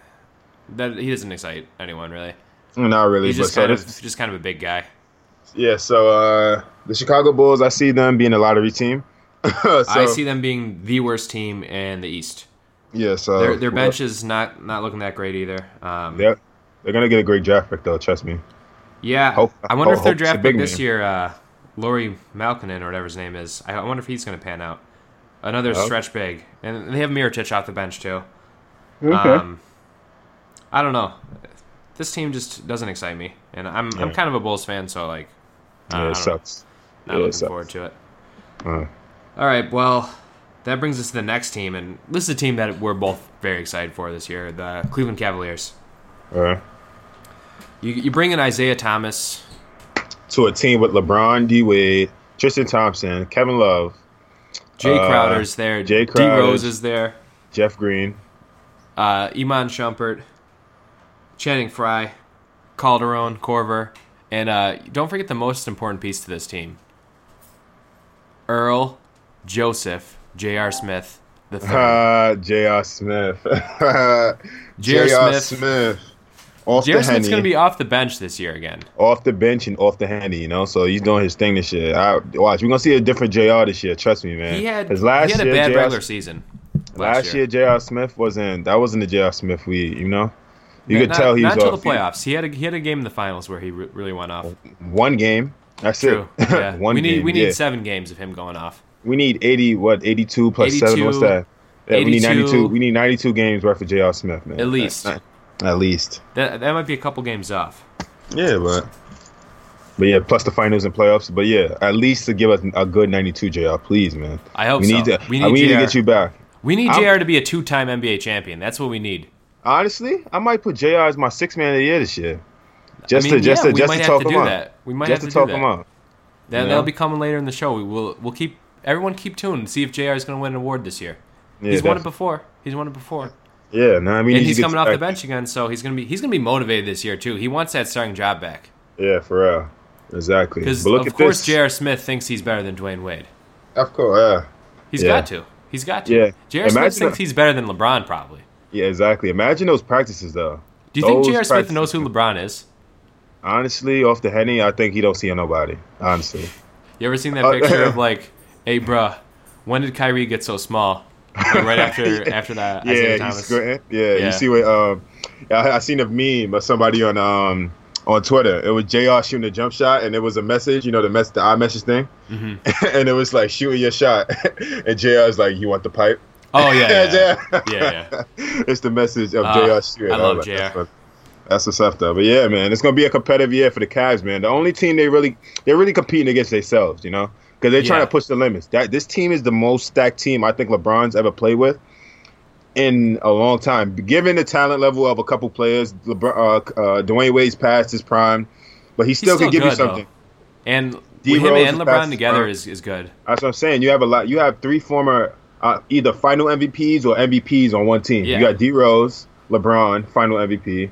S1: that he doesn't excite anyone really.
S2: Mm, Not really.
S1: He's
S2: But
S1: just
S2: so
S1: kind
S2: this,
S1: of just kind of a big guy.
S2: yeah, so uh, the Chicago Bulls, I see them being a lottery team. so,
S1: I see them being the worst team in the East.
S2: Yeah, so
S1: their their
S2: well,
S1: bench is not not looking that great either.
S2: Oh,
S1: Um,
S2: Yeah, they're gonna get a great draft pick though. Trust me.
S1: Yeah,
S2: Hope-
S1: I wonder
S2: hope-
S1: if their
S2: hope's a
S1: draft
S2: big
S1: pick this
S2: man.
S1: year, uh, Laurie Malkinen or whatever his name is. I I wonder if he's going to pan out. Another
S2: Oh.
S1: stretch big, and they have Miritich off the bench too.
S3: Okay.
S1: Um, I don't know. This team just doesn't excite me, and I'm I'm
S2: Yeah.
S1: kind of a Bulls fan, so like,
S2: Yeah,
S1: I don't
S2: it
S1: know.
S2: sucks. Yeah,
S1: not
S2: it
S1: looking
S2: sucks.
S1: forward to it.
S2: Uh,
S1: All right, well, that brings us to the next team, and this is a team that we're both very excited for this year: the Cleveland Cavaliers.
S2: uh,
S1: You you bring in Isaiah Thomas,
S2: to a team with LeBron, D Wade, Tristan Thompson, Kevin Love,
S1: Jay
S2: Uh,
S1: Crowder's there,
S2: Jay
S1: D
S2: Crowder.
S1: Rose is there.
S2: Jeff Green.
S1: uh, Iman Shumpert, Channing Frye, Calderon, Corver, and uh, don't forget the most important piece to this team Earl, Joseph, J.R. Smith, the third.
S2: Uh, J.R. Smith. J.R.
S1: Smith.
S2: Smith. Off
S1: J.R.
S2: the
S1: Smith's
S2: henny,
S1: going to be off the bench this year again.
S2: off the bench and off the henny, you know. So he's doing his thing this year. I, watch, we're gonna see a different Jr. this year. Trust me, man.
S1: He had,
S2: His last
S1: he had a
S2: year,
S1: bad
S2: J.R.
S1: regular season.
S2: last, year, J.R. Smith wasn't. That wasn't the J.R. Smith we, you know. You could
S1: not,
S2: tell he
S1: not
S2: was
S1: until
S2: off.
S1: the playoffs. He had a he had a game in the finals where he re- really went off.
S2: One game. That's
S1: True.
S2: it.
S1: Yeah.
S2: One
S1: we need
S2: game.
S1: we need
S2: yeah.
S1: seven games of him going off.
S2: we need 80 what 82 plus 7 what's
S1: 82,
S2: that yeah, we need
S1: 82.
S2: 92 we need 92 games worth of J.R. Smith man
S1: At least.
S2: at, at least
S1: That that might be a couple games off.
S2: yeah but but yeah plus the finals and playoffs but yeah at least to give us a good 92 J.R. please man
S1: I hope
S2: we
S1: so.
S2: need to uh,
S1: We
S2: we
S1: need
S2: need, we need to
S1: JR.
S2: get you back
S1: We need
S2: I'm-
S1: JR to be a two-time NBA champion. That's what we need.
S2: honestly I might put J.R. as my sixth man of the year this year just
S1: I mean,
S2: to just
S1: yeah,
S2: to
S1: we
S2: just
S1: might
S2: to
S1: have
S2: talk
S1: to
S2: him
S1: do
S2: up
S1: that. We might
S2: just to
S1: have to,
S2: talk
S1: do that.
S2: him up
S1: That,
S2: you
S1: That'll
S2: know?
S1: be coming later in the show. We will. We'll keep everyone keep tuned and see if Jr. is going to win an award this year.
S2: yeah,
S1: he's won it
S2: definitely.
S1: before. He's won it before,
S2: yeah no I mean
S1: and he's coming off the bench again. So he's going to be he's going to be motivated this year too. He wants that starting job back
S2: yeah for real exactly
S1: because
S2: But look
S1: of
S2: at
S1: course
S2: this.
S1: J.R. Smith thinks he's better than Dwayne Wade.
S2: of course yeah
S1: He's
S2: Yeah.
S1: got to. He's got to.
S2: Yeah.
S1: J.R. Smith
S2: Imagine
S1: thinks
S2: a-
S1: he's better than LeBron probably.
S2: yeah exactly imagine those practices though
S1: Do you think
S2: Those
S1: J.R. Smith
S2: practices-
S1: knows who LeBron is?
S2: Honestly, off the henny, I think he don't see nobody. Honestly,
S1: You ever seen that
S2: Uh,
S1: picture of like, hey, bruh, when did Kyrie get so small? Like, right after after that, Isaiah
S2: yeah, he's
S1: Thomas.
S2: squinting. Yeah,
S1: Yeah.
S2: you see what? Um, I, I seen a meme of somebody on um on Twitter. It was Jr. shooting a jump shot, and it was a message. You know the mess, the iMessage thing,
S1: Mhm.
S2: and it was like shooting your shot, and Jr. is like, "You want the pipe?"
S1: Oh yeah, yeah,
S2: yeah,
S1: yeah, yeah.
S2: it's the message of
S1: Ah,
S2: Jr. shooting.
S1: I
S2: I'm
S1: love
S2: like,
S1: JR.
S2: That's, what- that's what's up though. But yeah, man, it's gonna be a competitive year for the Cavs, man. The only team they really they're really competing against themselves, you know, because they're trying
S1: Yeah.
S2: to push the limits. That this team is the most stacked team I think LeBron's ever played with in a long time. Given the talent level of a couple players, LeBron, uh, uh, Dwayne Wade's past his prime, but he still
S1: still
S2: can give you
S1: good, though.
S2: something.
S1: And
S2: D
S1: with him
S2: Rose
S1: and
S2: is
S1: LeBron
S2: fast as
S1: together
S2: fuck.
S1: is, is good.
S2: That's what I'm saying. You have a lot. You have three former uh, either final MVPs or MVPs on one team.
S1: Yeah.
S2: You got D Rose, LeBron, final MVP,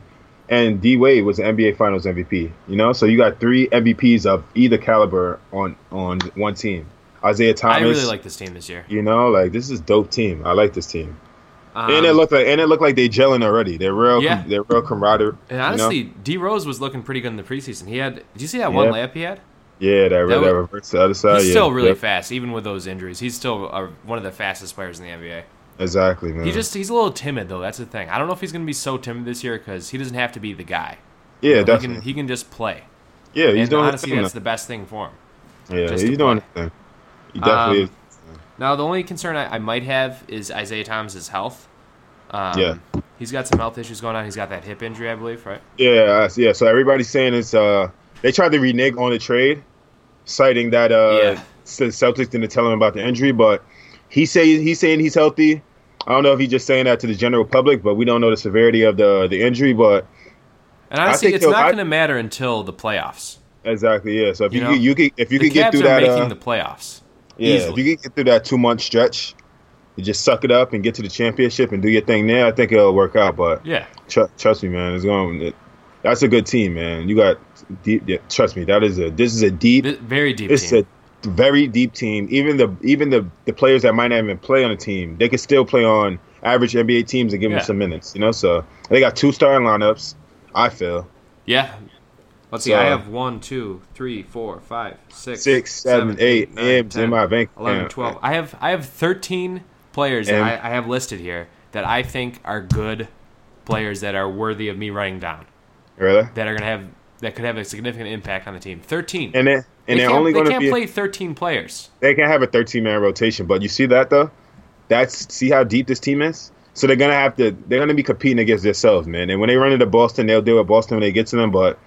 S2: and D Wade was the NBA Finals MVP. You know, so you got three MVPs of either caliber on on one team. Isaiah Thomas.
S1: I really like this team this year.
S2: You know, like this is dope team. I like this team,
S1: Um,
S2: and it looked like and it looked like they gelling already. They're real.
S1: Yeah.
S2: They're real camaraderie.
S1: and
S2: you know?
S1: honestly, D Rose was looking pretty good in the preseason. He had. Did you see that one
S2: Yeah.
S1: layup he had?
S2: yeah, that,
S1: that
S2: that
S1: was-
S2: reverse to the other side.
S1: He's
S2: yeah,
S1: still really
S2: Yep.
S1: fast, even with those injuries. He's still uh one of the fastest players in the NBA.
S2: Mm-hmm. exactly, man.
S1: He just he's a little timid though. That's the thing. I don't know if he's going to be so timid this year because he doesn't have to be the guy.
S2: yeah,
S1: he can
S2: definitely.
S1: he can just play.
S2: yeah, he's
S1: and
S2: doing his
S1: honestly,
S2: thing
S1: that's the best thing for him.
S2: now. Yeah,
S1: just
S2: he's
S1: to
S2: doing his thing. He definitely
S1: Um,
S2: is.
S1: Now, the only concern I, I might have is Isaiah Thomas' health. Um,
S2: Yeah.
S1: He's got some health issues going on. He's got that hip injury, I believe, right?
S2: Yeah, uh, yeah. So everybody's saying it's uh they tried to renege on the trade, citing that uh
S1: Yeah.
S2: the Celtics didn't tell him about the injury, but he say he's saying he's healthy. I don't know if he's just saying that to the general public, but we don't know the severity of the the injury. But
S1: And honestly,
S2: think
S1: it's
S2: he'll-
S1: not
S2: I-
S1: going to matter until the playoffs.
S2: exactly, yeah. So if
S1: You
S2: you
S1: know,
S2: could- you, could if you
S1: the
S2: could get
S1: Cavs
S2: through that,
S1: are making
S2: uh,
S1: the playoffs.
S2: yeah,
S1: easily.
S2: if you could get through that two month stretch, you just suck it up and get to the championship and do your thing there. I think it'll work out. But
S1: Yeah.
S2: Tr- trust me, man. It's going. It, that's a good team, man. You got deep. Yeah, trust me. That is a. This is a deep.
S1: Th- very deep
S2: It's
S1: team.
S2: a very deep team. Even the even the, the players that might not even play on the team, they can still play on average NBA teams and give
S1: Yeah.
S2: them some minutes. You know, so they got two starting lineups. I feel
S1: yeah. Let's see.
S2: So-
S1: I have one, two, three, four, five, six,
S2: six, seven,
S1: seven,
S2: eight
S1: nine,
S2: M's in
S1: 10,
S2: my bank.
S1: 11,
S2: account.
S1: 12. I have I have 13 players that
S2: And-
S1: I, I have listed here that I think are good players that are worthy of me writing down
S2: Really?
S1: that are gonna have that could have a significant impact on the team. Thirteen.
S2: And they and
S1: they
S2: they're
S1: can't,
S2: only
S1: they
S2: going to
S1: can't
S2: be
S1: play thirteen players.
S2: they can have a 13 man rotation, but you see that though? That's see how deep this team is? So they're gonna have to they're gonna be competing against themselves, man. And when they run into Boston, they'll deal with Boston when they get to them, but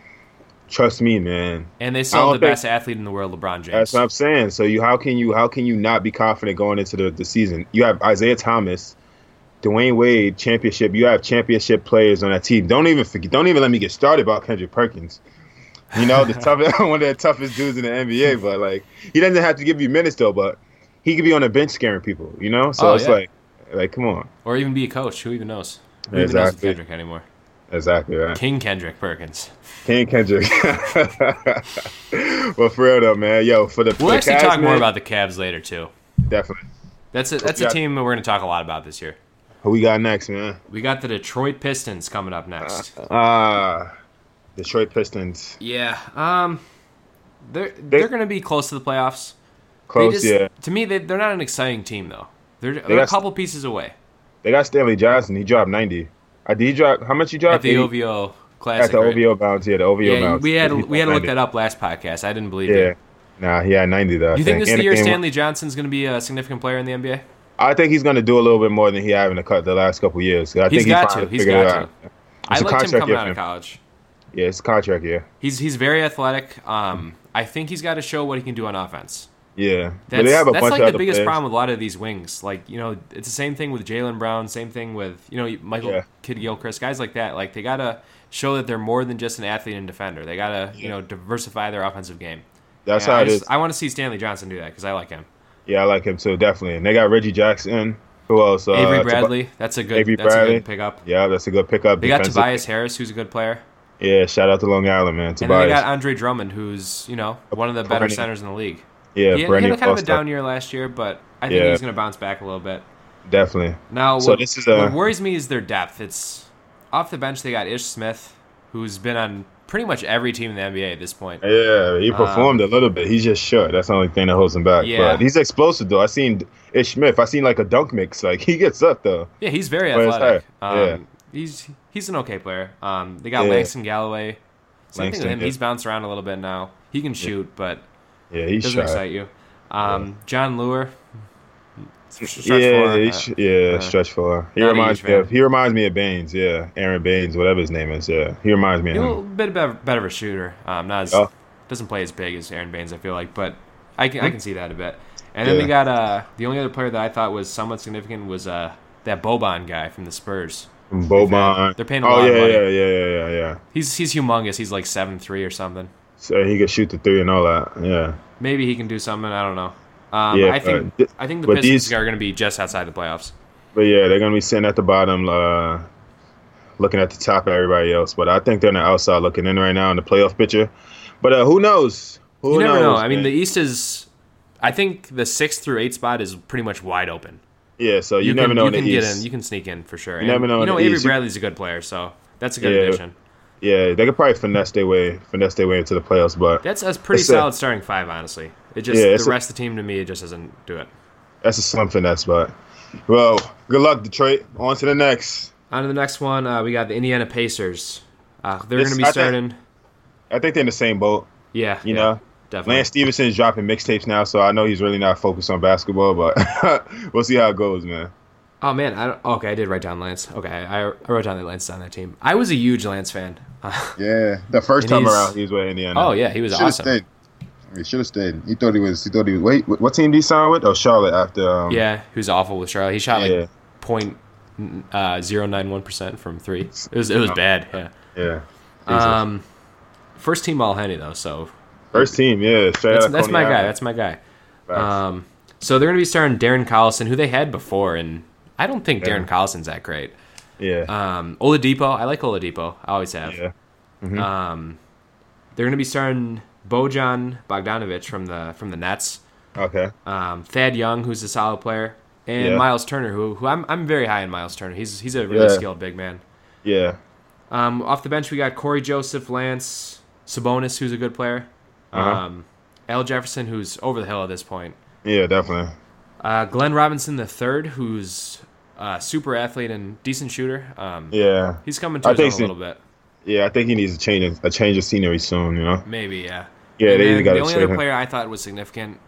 S2: trust me, man.
S1: And they
S2: I
S1: still
S2: don't
S1: have the
S2: think-
S1: best athlete in the world, LeBron James.
S2: That's what I'm saying. So you how can you how can you not be confident going into the, the season? You have Isaiah Thomas, Dwayne Wade, championship. You have championship players on that team. Don't even forget, don't even let me get started about Kendrick Perkins. You know, the toughest one of the toughest dudes in the NBA, but like he doesn't have to give you minutes though, but he could be on the bench scaring people, you know? So
S1: Oh,
S2: it's
S1: yeah.
S2: like like come on.
S1: or even be a coach. Who even knows? Who even knows
S2: Exactly.
S1: Kendrick anymore?
S2: Exactly right.
S1: King Kendrick Perkins.
S2: King Kendrick. well, for real though, man. Yo, for the
S1: We'll
S2: for the
S1: actually
S2: Cavs,
S1: talk more
S2: man,
S1: about the Cavs later too.
S2: definitely.
S1: That's a, that's a
S2: Yeah.
S1: team that we're gonna talk a lot about this year.
S2: Who we got next, man?
S1: We got the Detroit Pistons coming up next.
S2: Ah, Detroit Pistons.
S1: Yeah. Um, they're they're gonna be close to the playoffs.
S2: Close,
S1: they just,
S2: yeah.
S1: To me, they, they're not an exciting team though. They're, they're a
S2: got-
S1: couple pieces away
S2: They got Stanley Johnson. He dropped 90. Uh, did he drop? How much he dropped?
S1: at the
S2: 80?
S1: OVO
S2: At
S1: Classic.
S2: the
S1: right?
S2: OVO bounce, yeah, the OVO
S1: Yeah,
S2: bounce.
S1: we had
S2: He
S1: we had to look
S2: dropped
S1: that up last podcast. I
S2: 90.
S1: didn't believe you.
S2: Yeah. Nah, he had 90, though. I
S1: You think this is
S2: And
S1: the year
S2: and
S1: Stanley Johnson's going to be a significant player in the NBA?
S2: I think he's going to do a little bit more than he had in the, cut the last couple years. I
S1: He's
S2: think
S1: got
S2: he
S1: to.
S2: finally
S1: He's
S2: figured it
S1: got
S2: out.
S1: to. I
S2: It's a
S1: liked him
S2: contract
S1: coming
S2: year
S1: out
S2: for
S1: of
S2: him.
S1: college.
S2: Yeah, it's a contract, yeah.
S1: He's he's very athletic. Um, I think he's got to show what he can do on offense.
S2: Yeah.
S1: That's,
S2: but they have a
S1: that's
S2: bunch
S1: like
S2: of
S1: the
S2: other
S1: biggest
S2: players.
S1: problem with a lot of these wings. Like you know, it's the same thing with Jalen Brown. Same thing with you know Michael
S2: Yeah.
S1: Kidd Gilchrist. Guys like that. Like they gotta show that they're more than just an athlete and defender. They gotta you
S2: Yeah.
S1: know diversify their offensive game.
S2: That's
S1: Yeah,
S2: how
S1: I
S2: it is.
S1: just- I want to see Stanley Johnson do that because I like him.
S2: Yeah, I like him, too, definitely. And they got Reggie Jackson. Who else? Uh,
S1: Avery
S2: Tobi-
S1: Bradley. That's a good.
S2: Avery
S1: that's a
S2: Bradley.
S1: good pickup.
S2: Yeah, that's a good pickup.
S1: They got
S2: defensive.
S1: Tobias Harris, who's a good player,
S2: Yeah, shout out to Long Island, man.
S1: and then
S2: Tobias.
S1: they got Andre Drummond, who's you know one of the better
S2: Perennial.
S1: centers in the league.
S2: Yeah,
S1: he, had- he
S2: perennial
S1: had kind of a
S2: all-star.
S1: down year last year, but I think
S2: Yeah.
S1: he's going to bounce back a little bit.
S2: Definitely.
S1: Now,
S2: So
S1: what,
S2: this is a-
S1: what worries me is their depth. It's off the bench. They got Ish Smith, who's been on pretty much every team in the NBA at this point.
S2: Yeah, he performed a little bit. He's just short. That's the only thing that holds him back.
S1: Uh, Yeah.
S2: But he's explosive though. I seen Ish Smith. I seen like a dunk mix. Like he gets up though.
S1: Yeah, he's very
S2: Where's
S1: athletic. Um,
S2: her? Yeah.
S1: He's he's an okay player. Um, they got
S2: Yeah.
S1: Langston Galloway. Same
S2: Langston,
S1: thing with him.
S2: yeah.
S1: He's bounced around a little bit now. He can shoot, but
S2: Yeah, he's
S1: doesn't
S2: short.
S1: excite you. Um, John Lure. Stretch
S2: yeah,
S1: four,
S2: he
S1: uh,
S2: sh- yeah,
S1: uh,
S2: stretch four. He
S1: not a
S2: reminds
S1: huge
S2: me
S1: fan.
S2: of he reminds me of Baines. Yeah, Aaron Baines, whatever his name is. Yeah, he reminds me of
S1: He's a
S2: him.
S1: little bit better, better of a shooter. Um, not as
S2: Mm-hmm. Yeah.
S1: doesn't play as big as Aaron Baines, I feel like, but I can I can see that a bit. And then
S2: Mm-hmm. Yeah.
S1: they got uh the only other player that I thought was somewhat significant was uh that Boban guy from the Spurs.
S2: From Boban.
S1: They're paying a
S2: oh
S1: lot of
S2: yeah,
S1: money.
S2: yeah, yeah, yeah, yeah, yeah.
S1: He's he's humongous. He's like seven three or something.
S2: So he could shoot the three and all that. Yeah.
S1: Maybe he can do something. I don't know. Um,
S2: Yeah,
S1: I think
S2: but th-
S1: I think the
S2: but
S1: Pistons
S2: these-
S1: are going to be just outside the playoffs.
S2: But yeah, they're gonna be sitting at the bottom, uh, looking at the top of everybody else. But I think they're on the outside looking in right now in the playoff picture. But uh, who knows? Who
S1: you never
S2: knows?
S1: know. I mean,
S2: man?
S1: the East is. I think the sixth through eight spot is pretty much wide open.
S2: yeah. So you,
S1: you,
S2: never
S1: can,
S2: know
S1: you
S2: in the
S1: can get
S2: East.
S1: in. You can sneak in for sure. You
S2: never know
S1: You
S2: in
S1: know,
S2: the
S1: Avery
S2: East. You-
S1: Bradley's a good player, so that's a good
S2: Yeah.
S1: addition.
S2: yeah, they could probably finesse their way, finesse their way into the playoffs. But
S1: That's a pretty
S2: It's a-
S1: solid starting five, honestly. It just
S2: Yeah, it's
S1: the
S2: a-
S1: rest of the team to me it just doesn't do it.
S2: that's a slim finesse. But well, good luck, Detroit. On to the next.
S1: On to the next one, uh, we got the Indiana Pacers. Uh, they're
S2: This-
S1: going to be
S2: I think-
S1: starting.
S2: I think they're in the same boat.
S1: yeah,
S2: You
S1: yeah,
S2: know,
S1: definitely.
S2: Lance Stevenson is dropping mixtapes now, so I know he's really not focused on basketball. But we'll see how it goes, man.
S1: Oh man, I don't, okay, I did write down Lance. Okay, I, I wrote down that Lance is on that team. I was a huge Lance fan. Uh,
S3: Yeah, the first
S1: And
S3: time
S1: he's-
S3: around,
S2: He's with Indiana.
S1: oh yeah, he was
S3: should have
S1: awesome.
S3: stayed. He should have stayed. He thought he was. He thought he was.
S2: Wait, wh- what team did he sign with? Oh, Charlotte after. Um,
S1: Yeah, he was awful with Charlotte. He shot
S2: Yeah.
S1: like point uh, zero nine one percent from three. It was
S2: Oh.
S1: it was bad. Yeah.
S2: Yeah.
S1: Um, first team all Henny though, so
S2: First team, yeah. Straight
S1: that's,
S2: out of
S1: that's
S2: Coney
S1: my guy.
S2: Island.
S1: That's my guy.
S2: Facts.
S1: Um, so they're going to be starting Darren Collison, who they had before, and I don't think Darren Collison's that great.
S2: yeah.
S1: Um, Oladipo, I like Oladipo. I always have. Um,
S2: yeah. Mm-hmm.
S1: They're going to be starting Bojan Bogdanovic from the from the Nets.
S2: Okay.
S1: Um, Thad Young, who's a solid player, and
S2: Yeah.
S1: Miles Turner, who, who I'm, I'm very high in Miles Turner. He's he's a really
S2: Yeah.
S1: skilled big man.
S2: Yeah.
S1: Um, off the bench, we got Corey Joseph, Lance Sabonis, who's a good player.
S2: Uh-huh.
S1: Um, Al Jefferson, who's over the hill at this point.
S2: Yeah, definitely.
S1: Uh, Glenn Robinson the third, who's Uh, super athlete and decent shooter. Um,
S2: Yeah,
S1: He's coming to
S2: I
S1: his
S2: think
S1: own
S2: so.
S1: a little bit.
S2: yeah. I think he needs a change of, a change of scenery soon. You know.
S1: Maybe, yeah.
S2: Yeah,
S1: And
S2: they
S1: then
S2: either got
S1: the
S2: to
S1: only
S2: trade
S1: other
S2: him.
S1: player I thought was significant,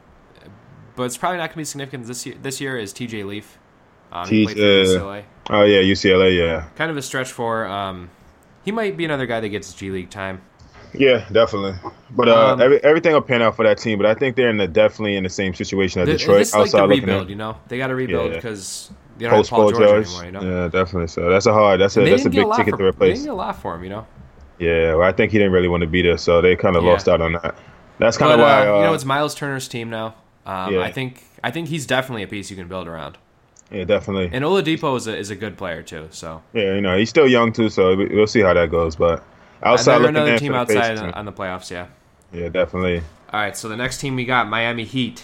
S1: but it's probably not going to be significant this year. This year is T.J. Leaf. Um, he played for
S2: TJ.
S1: UCLA.
S2: Oh yeah, UCLA. Yeah,
S1: Kind of a stretch for. Um, he might be another guy that gets G League time.
S2: yeah, definitely. But uh,
S1: Um,
S2: every, everything will pan out for that team. But I think they're in the definitely in the same situation as
S1: Th-
S2: Detroit.
S1: this is like
S2: outside
S1: the
S2: looking
S1: rebuild,
S2: in.
S1: you know. They got to rebuild
S2: Yeah.
S1: because they don't have
S2: Post
S1: Paul
S2: Paul
S1: George,
S2: George.
S1: anymore, you know.
S2: Yeah, definitely. So that's a hard. That's a
S1: They
S2: that's a
S1: didn't get a
S2: big
S1: lot
S2: ticket
S1: for
S2: to
S1: they didn't
S2: replace.
S1: get a lot for him, you know.
S2: Yeah, well, I think he didn't really want to be there, so they kind of
S1: Yeah.
S2: lost out on that. That's kind
S1: But
S2: of why.
S1: uh,
S2: Uh,
S1: you know, it's Miles Turner's team now. Um,
S2: Yeah.
S1: I think I think he's definitely a piece you can build around.
S2: yeah, definitely.
S1: And Oladipo is a is a good player too. So
S2: yeah, you know, he's still young too, so we- we'll see how that goes. But outside
S1: they're
S2: looking
S1: another
S2: in
S1: team
S2: for the
S1: outside uh,
S2: Pacers,
S1: on, on the playoffs. Yeah.
S2: yeah, definitely.
S1: All right. So the next team we got Miami Heat.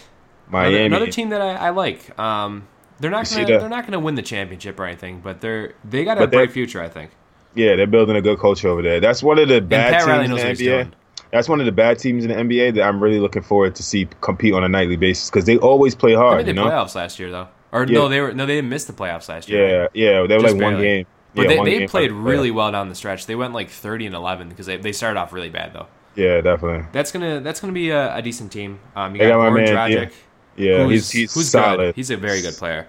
S1: Another,
S2: Miami.
S1: another team that I, I like. Um, they're not
S2: see
S1: gonna,
S2: that?
S1: they're not going to win the championship or anything, but they're they got a
S2: But they're-
S1: bright future. I think.
S2: Yeah, they're building a good culture over there. That's one of the bad
S1: Pat Riley
S2: teams
S1: knows what
S2: in
S1: he's
S2: the NBA.
S1: doing.
S2: That's one of the bad teams in the NBA that I'm really looking forward to see compete on a nightly basis because they always play
S1: I
S2: hard.
S1: mean, they
S2: Oh, you know?
S1: playoffs last year though, or
S2: Yeah.
S1: no, they were no, they didn't miss the playoffs last year.
S2: Yeah, yeah, they were
S1: Just
S2: like one
S1: barely.
S2: game.
S1: But
S2: yeah,
S1: they,
S2: one
S1: they
S2: game
S1: played
S2: out of the playoffs.
S1: really well down the stretch. They went like thirty and eleven because they, they started off really bad though.
S2: Yeah, definitely.
S1: That's gonna that's gonna be a, a decent team. Um, you
S2: They
S1: got,
S2: got my
S1: Goran
S2: man,
S1: Dragic,
S2: Yeah, he's
S1: who's,
S2: he's
S1: who's
S2: solid.
S1: good. He's a very good player.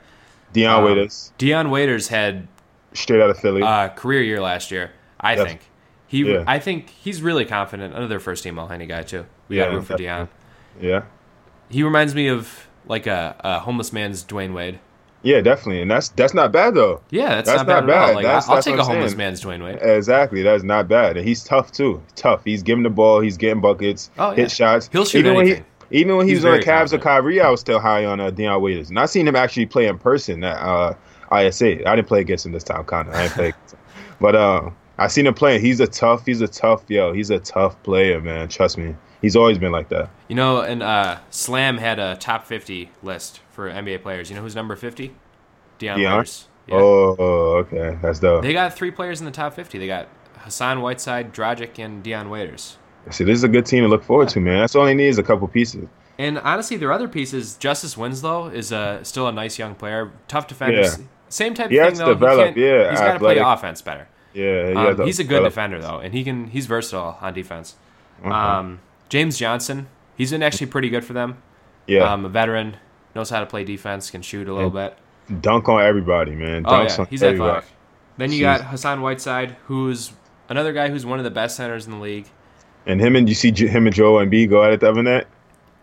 S2: Deion
S1: Um,
S2: Waiters,
S1: Deion Waiters had
S2: straight out of Philly.
S1: uh, career year last year. I
S2: Yes.
S1: think he.
S2: Yeah.
S1: I think he's really confident. Another first team All Handy guy too. We got
S2: Yeah,
S1: room for Deion.
S2: definitely. yeah.
S1: He reminds me of like a, a homeless man's Dwayne Wade.
S2: Yeah, definitely, and that's that's not bad though.
S1: Yeah, that's,
S2: That's
S1: not bad,
S2: not
S1: at all.
S2: bad.
S1: Like
S2: That's-
S1: I, will
S2: that's
S1: take
S2: what
S1: a
S2: I'm
S1: homeless
S2: saying.
S1: man's Dwayne Wade.
S2: Exactly, that's not bad, and he's tough too. Tough. He's giving the ball. He's getting buckets.
S1: Oh, yeah.
S2: Hit shots.
S1: He'll shoot
S2: when he
S1: anything.
S2: even when he
S1: He's
S2: was on the
S1: very
S2: Cavs or
S1: confident.
S2: Kyrie, I was still high on uh, Deion Waiters, and I seen him actually play in person at uh, ISA. I didn't play against him this time, kind of. I didn't play, against him. but uh, I seen him playing. He's a tough. He's a tough yo. He's a tough player, man. Trust me. He's always been like that.
S1: You know, and uh, Slam had a top 50 list for NBA players. You know who's number 50? Deion
S2: Deion?
S1: Waiters. Yeah.
S2: Oh, oh, okay, that's dope.
S1: They got three players in the top 50. They got Hassan Whiteside, Dragic, and Deion Waiters.
S2: See, this is a good team to look forward to, man. That's all he needs is a couple pieces.
S1: And honestly, their other pieces, Justice Winslow is uh, still a nice young player, tough defender.
S2: Yeah.
S1: Same type
S2: He
S1: of
S2: has to
S1: thing, though.
S2: develop,
S1: can't-
S2: yeah,
S1: he's got to play
S2: athletic.
S1: offense better.
S2: Yeah, he
S1: Um,
S2: has uh,
S1: he's a good
S2: develop-
S1: defender though, and he can he's versatile on defense.
S2: Uh-huh.
S1: Um, James Johnson, he's been actually pretty good for them.
S2: Yeah,
S1: Um, a veteran, knows how to play defense, can shoot a little bit.
S2: dunk on everybody, man.
S1: Oh
S2: Dunks
S1: yeah,
S2: on
S1: he's
S2: everybody.
S1: athletic. Then you got Hassan Whiteside, who's another guy who's one of the best centers in the league.
S2: And him and you see J- him and Joel and B go at it the other night.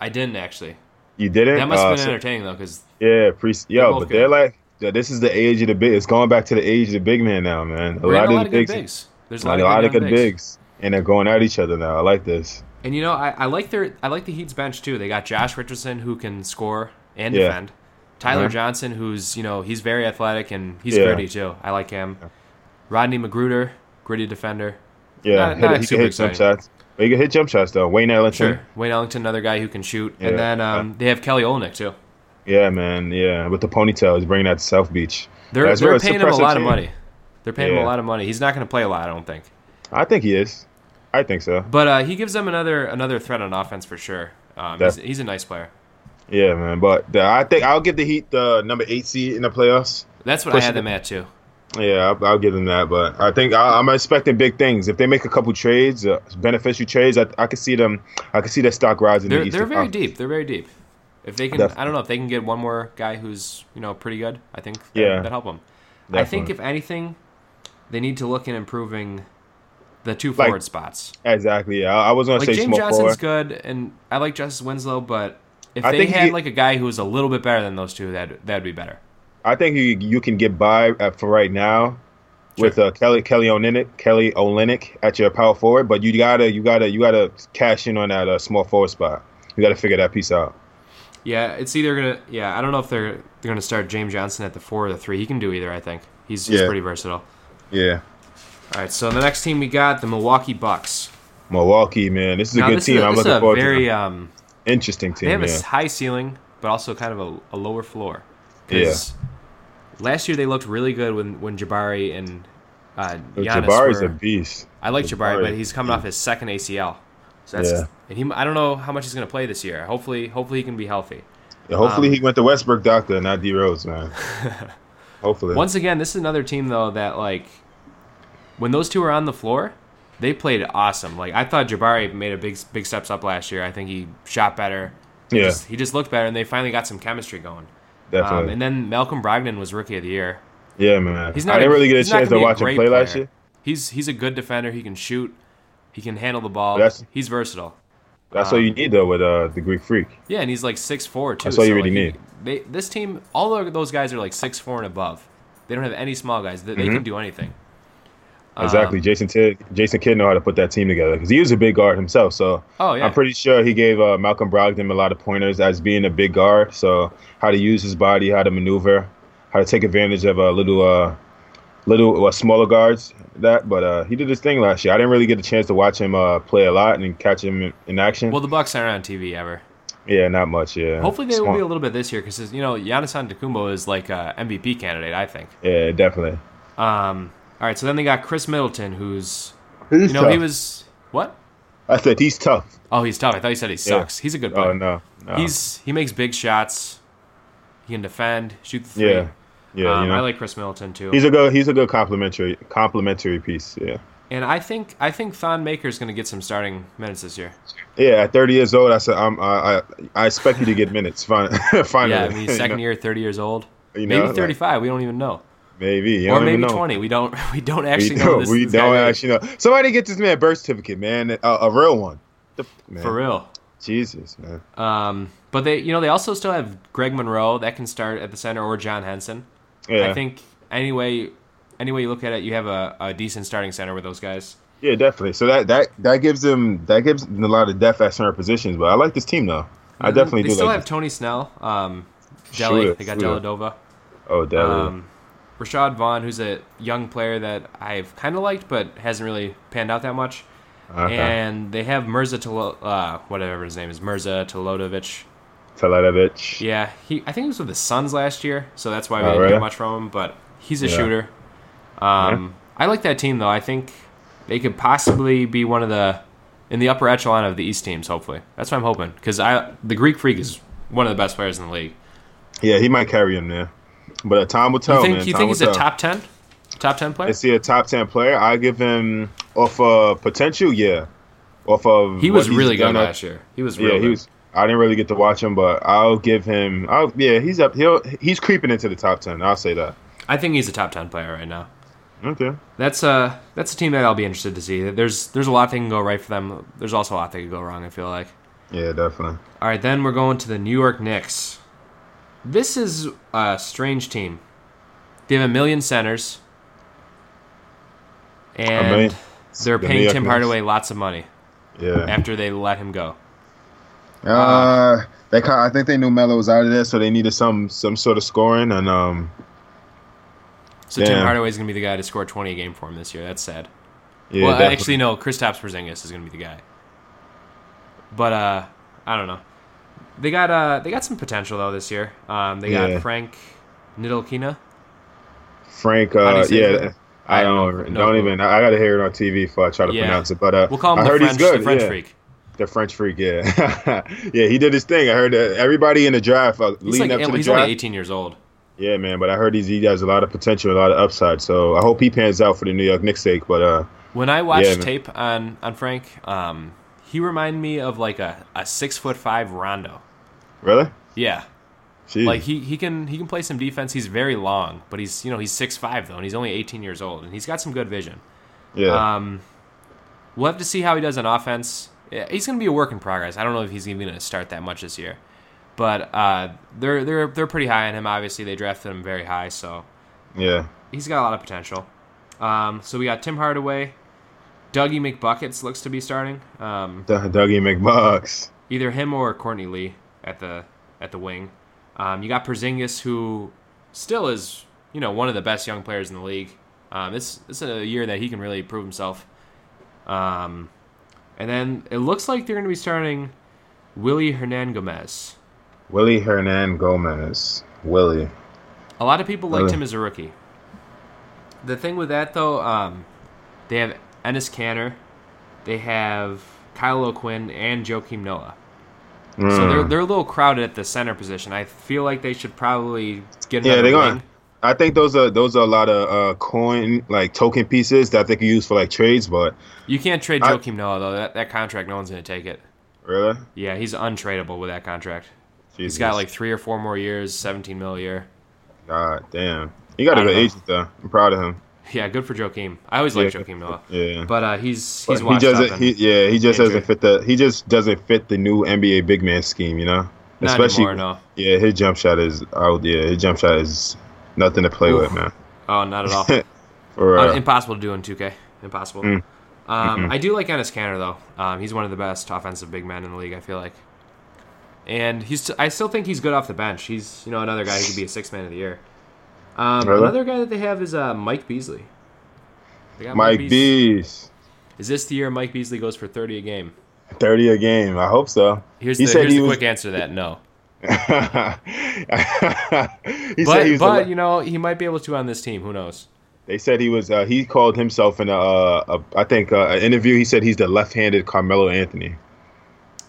S1: I didn't actually.
S2: You didn't.
S1: That must
S2: Uh,
S1: have been
S2: so-
S1: entertaining though, because
S2: yeah, pre-
S1: both
S2: yo, but they're
S1: good.
S2: like, yeah, this is the age of the big. It's going back to the age of the big man now, man.
S1: we're getting a lot
S2: the
S1: of good bigs. There's
S2: a lot of good
S1: young
S2: bigs, and they're going at each other now. I like this.
S1: And you know, I, I like their I like the Heat's bench too. They got Josh Richardson who can score and
S2: Yeah.
S1: defend. Tyler
S2: Uh-huh.
S1: Johnson, who's you know he's very athletic and he's
S2: Yeah.
S1: gritty too. I like him. Rodney Magruder, gritty defender.
S2: Yeah,
S1: Not- not
S2: he
S1: super
S2: can hit jump
S1: exciting.
S2: shots. But he can hit jump shots though. Wayne Ellington.
S1: Sure. Wayne Ellington, another guy who can shoot.
S2: Yeah.
S1: And then um, they have Kelly Olynyk too.
S2: Yeah, man. Yeah, with the ponytail, he's bringing that to South Beach.
S1: They're
S2: That's
S1: they're
S2: real. It's
S1: paying him a
S2: impressive
S1: lot of
S2: team.
S1: money. They're paying him a
S2: Yeah.
S1: lot of money. He's not going to play a lot, I don't think.
S2: I think he is. I think so.
S1: But uh, he gives them another another threat on offense for sure. Um, he's, he's a nice player.
S2: Yeah, man. But the, I think I'll give the Heat the number eight seed in the playoffs.
S1: That's what I
S2: Pushing it.
S1: had them at too.
S2: Yeah, I'll, I'll give them that. But I think I, I'm expecting big things. If they make a couple trades, uh, beneficial trades, I, I could see them. I could see their stock rising. in
S1: They're
S2: the
S1: they're
S2: Eastern
S1: very
S2: Conference.
S1: deep. They're very deep. If they can,
S2: Definitely.
S1: I don't know if they can get one more guy who's you know pretty good. I think that,
S2: Yeah.
S1: that help them. I think if anything, they need to look in improving the two
S2: Like-
S1: forward spots.
S2: exactly. Yeah, I, I was gonna
S1: Like
S2: say
S1: James
S2: small
S1: Johnson's
S2: forward.
S1: good, and I like Justice Winslow, but if
S2: I
S1: they
S2: think
S1: had
S2: he-
S1: like a guy who was a little bit better than those two, that that'd be better.
S2: I think you you can get by at, for right now with uh, Kelly Kelly Olynyk Kelly Olynyk at your power forward, but you gotta you gotta you gotta cash in on that uh, small forward spot. You gotta figure that piece out.
S1: Yeah, it's either gonna. Yeah, I don't know if they're they're gonna start James Johnson at the four or the three. He can do either. I think he's, he's
S2: Yeah.
S1: pretty versatile.
S2: Yeah,
S1: All right, so the next team we got the Milwaukee Bucks.
S2: Milwaukee, man, this is a
S1: Now,
S2: good
S1: this
S2: team.
S1: Is a,
S2: I'm
S1: this is
S2: looking
S1: a
S2: forward
S1: very
S2: to. it.
S1: um,
S2: Interesting
S1: They
S2: team.
S1: have
S2: Yeah.
S1: a high ceiling, but also kind of a, a lower floor. 'Cause Last year they looked really good when when Jabari and uh, Giannis.
S2: Jabari's
S1: were-
S2: a beast.
S1: I like Jabari,
S2: Jabari.
S1: but he's coming off his second ACL. So that's
S2: Yeah.
S1: and he. I don't know how much he's going to play this year. Hopefully, hopefully he can be healthy.
S2: Yeah, hopefully he went to Westbrook doctor, not D Rose, man. Hopefully.
S1: Once again, this is another team though that like when those two are on the floor, they played awesome. Like I thought Jabari made a big big steps up last year. I think he shot better. He
S2: Yeah.
S1: just, he just looked better, and they finally got some chemistry going. Um,
S2: Definitely.
S1: and then Malcolm Brogdon was Rookie of the Year.
S2: yeah, man.
S1: He's
S2: He's
S1: not
S2: not I didn't
S1: a-
S2: really get
S1: he's
S2: a
S1: not
S2: chance to
S1: gonna be a
S2: watch him play
S1: great
S2: last
S1: player.
S2: year.
S1: He's he's a good defender. He can shoot. He can handle the ball.
S2: That's-
S1: he's versatile.
S2: That's all you
S1: Um,
S2: need though with uh, the Greek Freak.
S1: Yeah, and he's like six four too.
S2: That's all you
S1: so,
S2: really
S1: like,
S2: need.
S1: They, this team, all of those guys are like six four and above. They don't have any small guys. They,
S2: Mm-hmm.
S1: they can do anything. um,
S2: Exactly. Jason Tid, Jason Kidd know how to put that team together because he was a big guard himself. So
S1: Oh, yeah.
S2: I'm pretty sure he gave uh, Malcolm Brogdon a lot of pointers as being a big guard. So how to use his body, how to maneuver, how to take advantage of a little uh, little uh, smaller guards. That, but uh, he did his thing last year. I didn't really get a chance to watch him uh, play a lot and catch him in, in action.
S1: Well, the Bucks aren't on TV ever.
S2: yeah, not much. Yeah.
S1: Hopefully, they will
S2: Small.
S1: be a little bit this year because you know Giannis Antetokounmpo is like a MVP candidate. I think.
S2: Yeah, definitely.
S1: Um, all right, so then they got Chris Middleton, who's
S3: He's
S1: you know
S3: tough.
S1: he was what?
S2: I said he's tough.
S1: Oh, he's tough. I thought you said he sucks. He's a good player.
S2: Oh no, no.
S1: He's he makes big shots. He can defend, shoot the three.
S2: yeah, yeah.
S1: Um,
S2: you know,
S1: I like Chris Middleton too.
S2: he's a good he's a good complimentary complimentary piece. Yeah.
S1: and I think I think Thon Maker's going to get some starting minutes this year.
S2: Yeah, at 30 years old, I said, I'm, I, I, I expect you to get minutes. Fin- finally,
S1: Yeah, I mean, he's
S2: You
S1: second
S2: know,
S1: year, thirty years old,
S2: You know,
S1: maybe
S2: like-
S1: thirty-five. we don't even know,
S2: maybe you
S1: or
S2: don't even
S1: maybe
S2: know.
S1: twenty. We don't we don't
S2: We,
S1: actually know.
S2: don't,
S1: This,
S2: we
S1: this guy
S2: don't
S1: is.
S2: actually know. Somebody get this man a birth certificate, man. A, a real one. The- man.
S1: for real.
S2: Jesus, man.
S1: Um, but they, you know, they also still have Greg Monroe that can start at the center or John Henson.
S2: Yeah,
S1: I think anyway, any way you look at it, you have a, a decent starting center with those guys.
S2: yeah, definitely. So that, that that gives them that gives them a lot of depth at certain positions. But I like this team though. I
S1: And
S2: definitely
S1: Mm-hmm. they
S2: do
S1: still
S2: like.
S1: have
S2: this-
S1: Tony Snell, um, Deli.
S2: Shooter,
S1: They got
S2: shooter.
S1: Deladova,
S2: oh, definitely.
S1: um, Rashad Vaughn, who's a young player that I've kind of liked but hasn't really panned out that much.
S2: Okay.
S1: And they have Mirza Tolo, uh, whatever his name is, Mirza Tolodovic.
S2: Teletovic.
S1: Yeah, he. I think he was with the Suns last year, so that's why we
S2: Oh,
S1: didn't get
S2: really?
S1: much from him. But he's a
S2: Yeah.
S1: shooter. Um, I like that team though. I think they could possibly be one of the in the upper echelon of the East teams. Hopefully, that's what I'm hoping because I the Greek Freak is one of the best players in the league.
S2: Yeah, he might carry him there. But uh, time will tell,
S1: You think
S2: man.
S1: you
S2: Time
S1: think
S2: will
S1: he's a
S2: tell.
S1: top ten, top ten player?
S2: Is he a top ten player? I give him off of potential. Yeah, off of
S1: He
S2: what
S1: was
S2: he's
S1: really good
S2: done at-
S1: last year. He was
S2: Yeah,
S1: really
S2: he was. I didn't really get to watch him, but I'll give him. I'll, yeah, he's up. He'll he's creeping into the top ten. I'll say that.
S1: I think he's a top ten player right now.
S2: Okay.
S1: That's a that's a team that I'll be interested to see. There's there's a lot that can go right for them. There's also a lot that could go wrong. I feel like.
S2: Yeah, definitely.
S1: All right, then we're going to the New York Knicks. This is a strange team. They have a million centers, and
S2: million.
S1: they're
S2: The New
S1: paying
S2: York
S1: Tim
S2: Knicks.
S1: Hardaway lots of money
S2: Yeah.
S1: after they let him go.
S3: Uh,
S2: They kind I think they knew Melo was out of there, so they needed some some sort of scoring. And um,
S1: So Tim
S2: Damn.
S1: Hardaway's going to be the guy to score 20 a game for him this year. That's sad.
S2: yeah,
S1: well,
S2: definitely.
S1: actually, no. Kristaps Porzingis is going to be the guy. But uh, I don't know. They got uh, they got some potential though this year. Um, they got
S2: Yeah.
S1: Frank Nidalkina.
S2: Frank.
S1: do you
S2: Uh,
S1: say his
S2: yeah.
S1: name? I
S2: I don't,
S1: don't know.
S2: don't even. I I gotta hear it on TV before I try to
S1: Yeah.
S2: pronounce it. But uh,
S1: We'll call him
S2: I
S1: the
S2: heard
S1: French,
S2: he's good.
S1: the French
S2: yeah.
S1: freak.
S2: The French freak, yeah, yeah, he did his thing. I heard that everybody in the draft uh,
S1: He's
S2: leading
S1: like, E
S2: up to the
S1: he's
S2: draft.
S1: only 18 years old.
S2: Yeah, man, but I heard he's, he has a lot of potential, a lot of upside. So I hope he pans out for the New York Knicks' sake. But uh,
S1: When I watched
S2: Yeah, man.
S1: tape on on Frank, um, he reminded me of like a, a six foot five Rondo.
S2: really,
S1: Yeah,
S2: Jeez.
S1: like he, he can he can play some defense. He's very long, but he's you know he's six five though, and he's only 18 years old, and he's got some good vision.
S2: yeah,
S1: Um, we'll have to see how he does on offense. Yeah, He's going to be a work in progress. I don't know if he's even going to start that much this year, but uh, they're they're they're pretty high on him. Obviously, they drafted him very high, so
S2: yeah,
S1: he's got a lot of potential. Um, so we got Tim Hardaway, Dougie McBuckets looks to be starting. Um,
S2: D- Dougie McBucks.
S1: either him or Courtney Lee at the at the wing. Um, you got Porzingis, who still is you know one of the best young players in the league. Um, this this is a year that he can really prove himself. Um, and then it looks like they're going to be starting Willie Hernan Gomez.
S2: Willie Hernan Gomez, Willie.
S1: A lot of people liked
S2: Really?
S1: him as a rookie. The thing with that though, um, they have Ennis Canner, they have Kyle O'Quinn and Joakim Noah. So
S2: Mm.
S1: they're they're a little crowded at the center position. I feel like they should probably get
S2: yeah,
S1: another
S2: they're
S1: wing.
S2: going. I think those are those are a lot of uh, coin like token pieces that they can use for like trades, but
S1: You can't trade Joakim Noah though. That that contract, no one's gonna take it.
S2: really,
S1: Yeah, he's untradeable with that contract.
S2: Jesus.
S1: He's got like three or four more years, seventeen mil a year.
S2: God damn, he got a
S1: I don't
S2: good
S1: know.
S2: agent though. I'm proud of him.
S1: Yeah, good for Joakim. I always like
S2: Yeah.
S1: Joakim Noah,
S2: Yeah,
S1: but uh, he's
S2: But
S1: he's washed
S2: he
S1: up.
S2: doesn't.
S1: and-
S2: He, yeah, he just
S1: injured.
S2: doesn't fit the. He just doesn't fit the new NBA big man scheme. You know,
S1: Not anymore, no.
S2: Yeah, his jump shot is out. Yeah, his jump shot is nothing to play
S1: Oof.
S2: with, man.
S1: Oh, not at all.
S2: For Mm.
S1: Un-
S2: real.
S1: Uh, impossible to do in 2K. Impossible. Um, I do like Ennis Canner though. Um, he's one of the best offensive big men in the league. I feel like, and he's. I still think he's good off the bench. He's you know another guy who could be a six man of the year. Um,
S2: Really?
S1: Another guy that they have is uh, Mike Beasley. They got
S2: Mike
S1: Beas-
S2: Bees,
S1: Is this the year Mike Beasley goes for 30 a game?
S2: thirty a game. I hope so.
S1: Here's
S2: He
S1: the,
S2: said
S1: here's
S2: he
S1: the
S2: was-
S1: quick answer to that no.
S2: he
S1: But
S2: said he was.
S1: but
S2: a-
S1: you know he might be able to on this team. Who knows?
S2: they said he was. Uh, he called himself in a, uh, a I think uh, an interview. He said he's the left-handed Carmelo Anthony.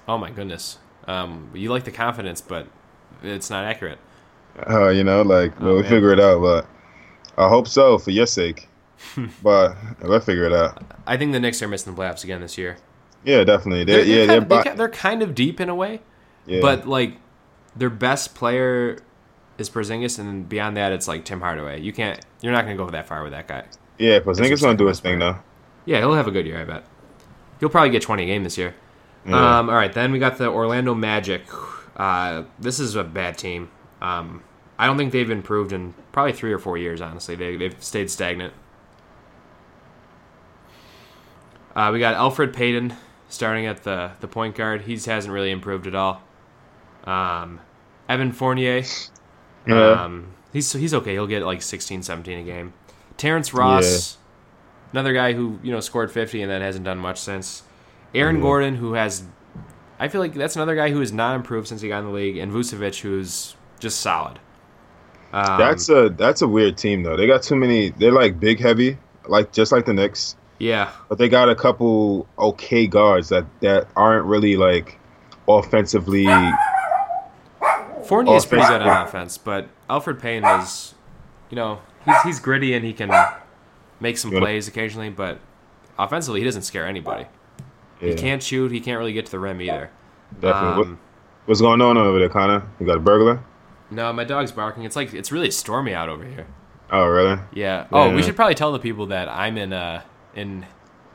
S1: Oh my goodness. Um, you like the confidence, but it's not accurate.
S2: Uh, you know, like
S1: Oh,
S2: we'll
S1: man.
S2: figure it out. But I hope so for your sake. but we'll figure it out.
S1: I think the Knicks are missing the playoffs again this year.
S2: Yeah, definitely. They're,
S1: They're,
S2: yeah, they're,
S1: they're, kind of, they're,
S2: bi-
S1: ki- they're kind of deep in a way,
S2: yeah.
S1: but like their best player is Porzingis, and beyond that, it's like Tim Hardaway. You can't, you're not going to go that far with that guy.
S2: yeah, Porzingis gonna do his thing though.
S1: Yeah, he'll have a good year, I bet. He'll probably get 20 a game this year.
S2: Yeah.
S1: Um, all right, then we got the Orlando Magic. Uh, this is a bad team. Um, I don't think they've improved in probably three or four years, honestly. They, they've stayed stagnant. Uh, we got Alfred Payton starting at the, the point guard. He hasn't really improved at all. Um, Evan Fournier,
S2: Yeah.
S1: um, he's he's okay. He'll get like 16, 17 a game. Terrence Ross, another guy who you know scored fifty and then hasn't done much since. Aaron Gordon, who has, I feel like that's another guy who has not improved since he got in the league, and Vucevic, who's just solid. Um,
S2: that's a that's a weird team though. They got too many. They're like big heavy, like just like the Knicks.
S1: yeah,
S2: But they got a couple okay guards that that aren't really like offensively.
S1: Fournier's pretty
S2: Offense.
S1: good on offense, but Alfred Payne is, you know, he's he's gritty and he can make some
S2: You wanna-
S1: plays occasionally, but offensively he doesn't scare anybody.
S2: Yeah,
S1: He can't shoot. He can't really get to the rim either.
S2: definitely. What-
S1: Um,
S2: What's going on over there, Connor? You got a burglar?
S1: No, my dog's barking. It's like it's really stormy out over here.
S2: Oh, really?
S1: Yeah. Oh, we
S2: Yeah.
S1: should probably tell the people that I'm in uh in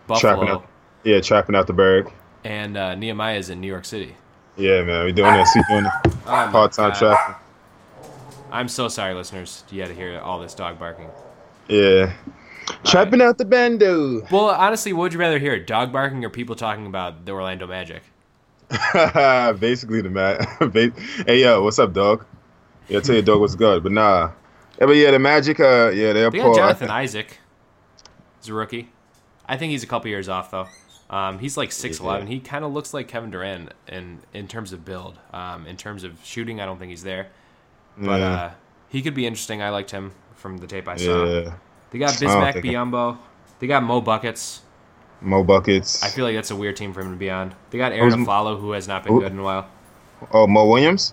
S2: Trapping
S1: Buffalo
S2: out. Yeah, trapping out the bird.
S1: and uh, Nehemiah's in New York City.
S2: Yeah, man, we doing this. We doing
S1: Oh my
S2: part time
S1: God.
S2: trapping.
S1: I'm so sorry, listeners. You had to hear all this dog barking.
S2: Yeah, trapping out the bando.
S1: Well, honestly, what would you rather hear, dog barking or people talking about the Orlando Magic?
S2: Basically, the mat. ba- hey, yo, what's up, dog? Yeah, tell your dog what's good, but nah. Yeah, but yeah, the magic. Uh, yeah, they're
S1: They got
S2: poor.
S1: Jonathan Isaac. He's a rookie. I think he's a couple years off though. Um, he's like six eleven. He kind of looks like Kevin Durant in in terms of build. Um, in terms of shooting, I don't think he's there. But
S2: yeah,
S1: uh, he could be interesting. I liked him from the tape I saw.
S2: Mm, yeah.
S1: They got Bismack
S2: think-
S1: Biyombo. They got Mo Buckets.
S2: Mo buckets.
S1: I feel like that's a weird team for him to be on. They got Aaron
S2: Who's-
S1: Afalo, who has not been
S2: who-
S1: good in a while.
S2: oh, Mo Williams.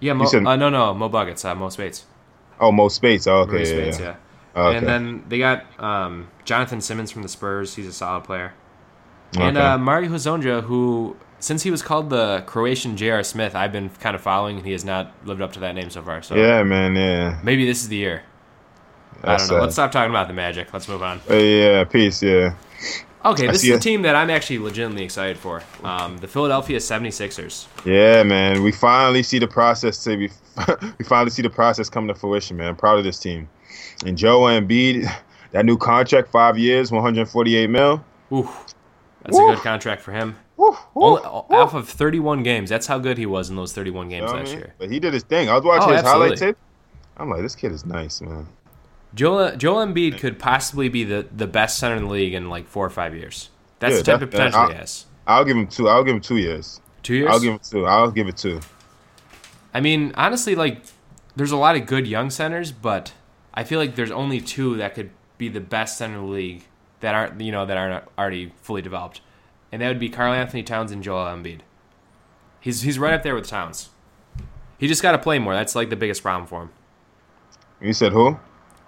S1: Yeah, Mo,
S2: said-
S1: uh, no, no, Mo Buckets, uh, Mo Spates.
S2: Oh, Mo Spates. Oh, okay,
S1: Maurice
S2: yeah,
S1: Spates,
S2: yeah.
S1: yeah.
S2: Okay.
S1: And then uh, they got um, Jonathan Simmons from the Spurs. He's a solid player. And
S2: Okay.
S1: uh, Mari Hozonja, who, since he was called the Croatian J.R. Smith, I've been kind of following, and he has not lived up to that name so far. So
S2: yeah, man. Yeah.
S1: maybe this is the year. I
S2: That's
S1: don't know.
S2: uh,
S1: Let's stop talking about the Magic. Let's move on.
S2: uh, yeah. Peace. Yeah.
S1: Okay, this
S2: see
S1: is a
S2: it.
S1: team that I'm actually legitimately excited for. Um, the Philadelphia 76ers.
S2: Yeah, man. We finally see the process. To be, we finally see the process come to fruition, man. I'm proud of this team. And Joe Embiid, that new contract, five years, 148 mil.
S1: Ooh, that's a
S2: Woo.
S1: good contract for him.
S2: Woo, woo,
S1: Only,
S2: woo.
S1: off of 31 games, that's how good he was in those 31
S2: You
S1: games
S2: know what I
S1: last
S2: mean?
S1: year.
S2: But he did his thing. I was watching
S1: Oh,
S2: his highlight
S1: absolutely.
S2: tape. I'm like, this kid is nice, man.
S1: Joel, Joel Embiid could possibly be the, the best center in the league in like four or five years. That's
S2: Yeah,
S1: the type of
S2: that-
S1: potential
S2: that-
S1: he has.
S2: I'll give him two. I'll give him two years.
S1: Two years.
S2: I'll give him two. I'll give it two.
S1: I mean, honestly, like there's a lot of good young centers, but I feel like there's only two that could be the best center in the league that aren't you know that aren't already fully developed, and that would be Carl Anthony Towns and Joel Embiid. He's he's right up there with Towns. He just got to play more. That's like the biggest problem for him.
S2: You said who?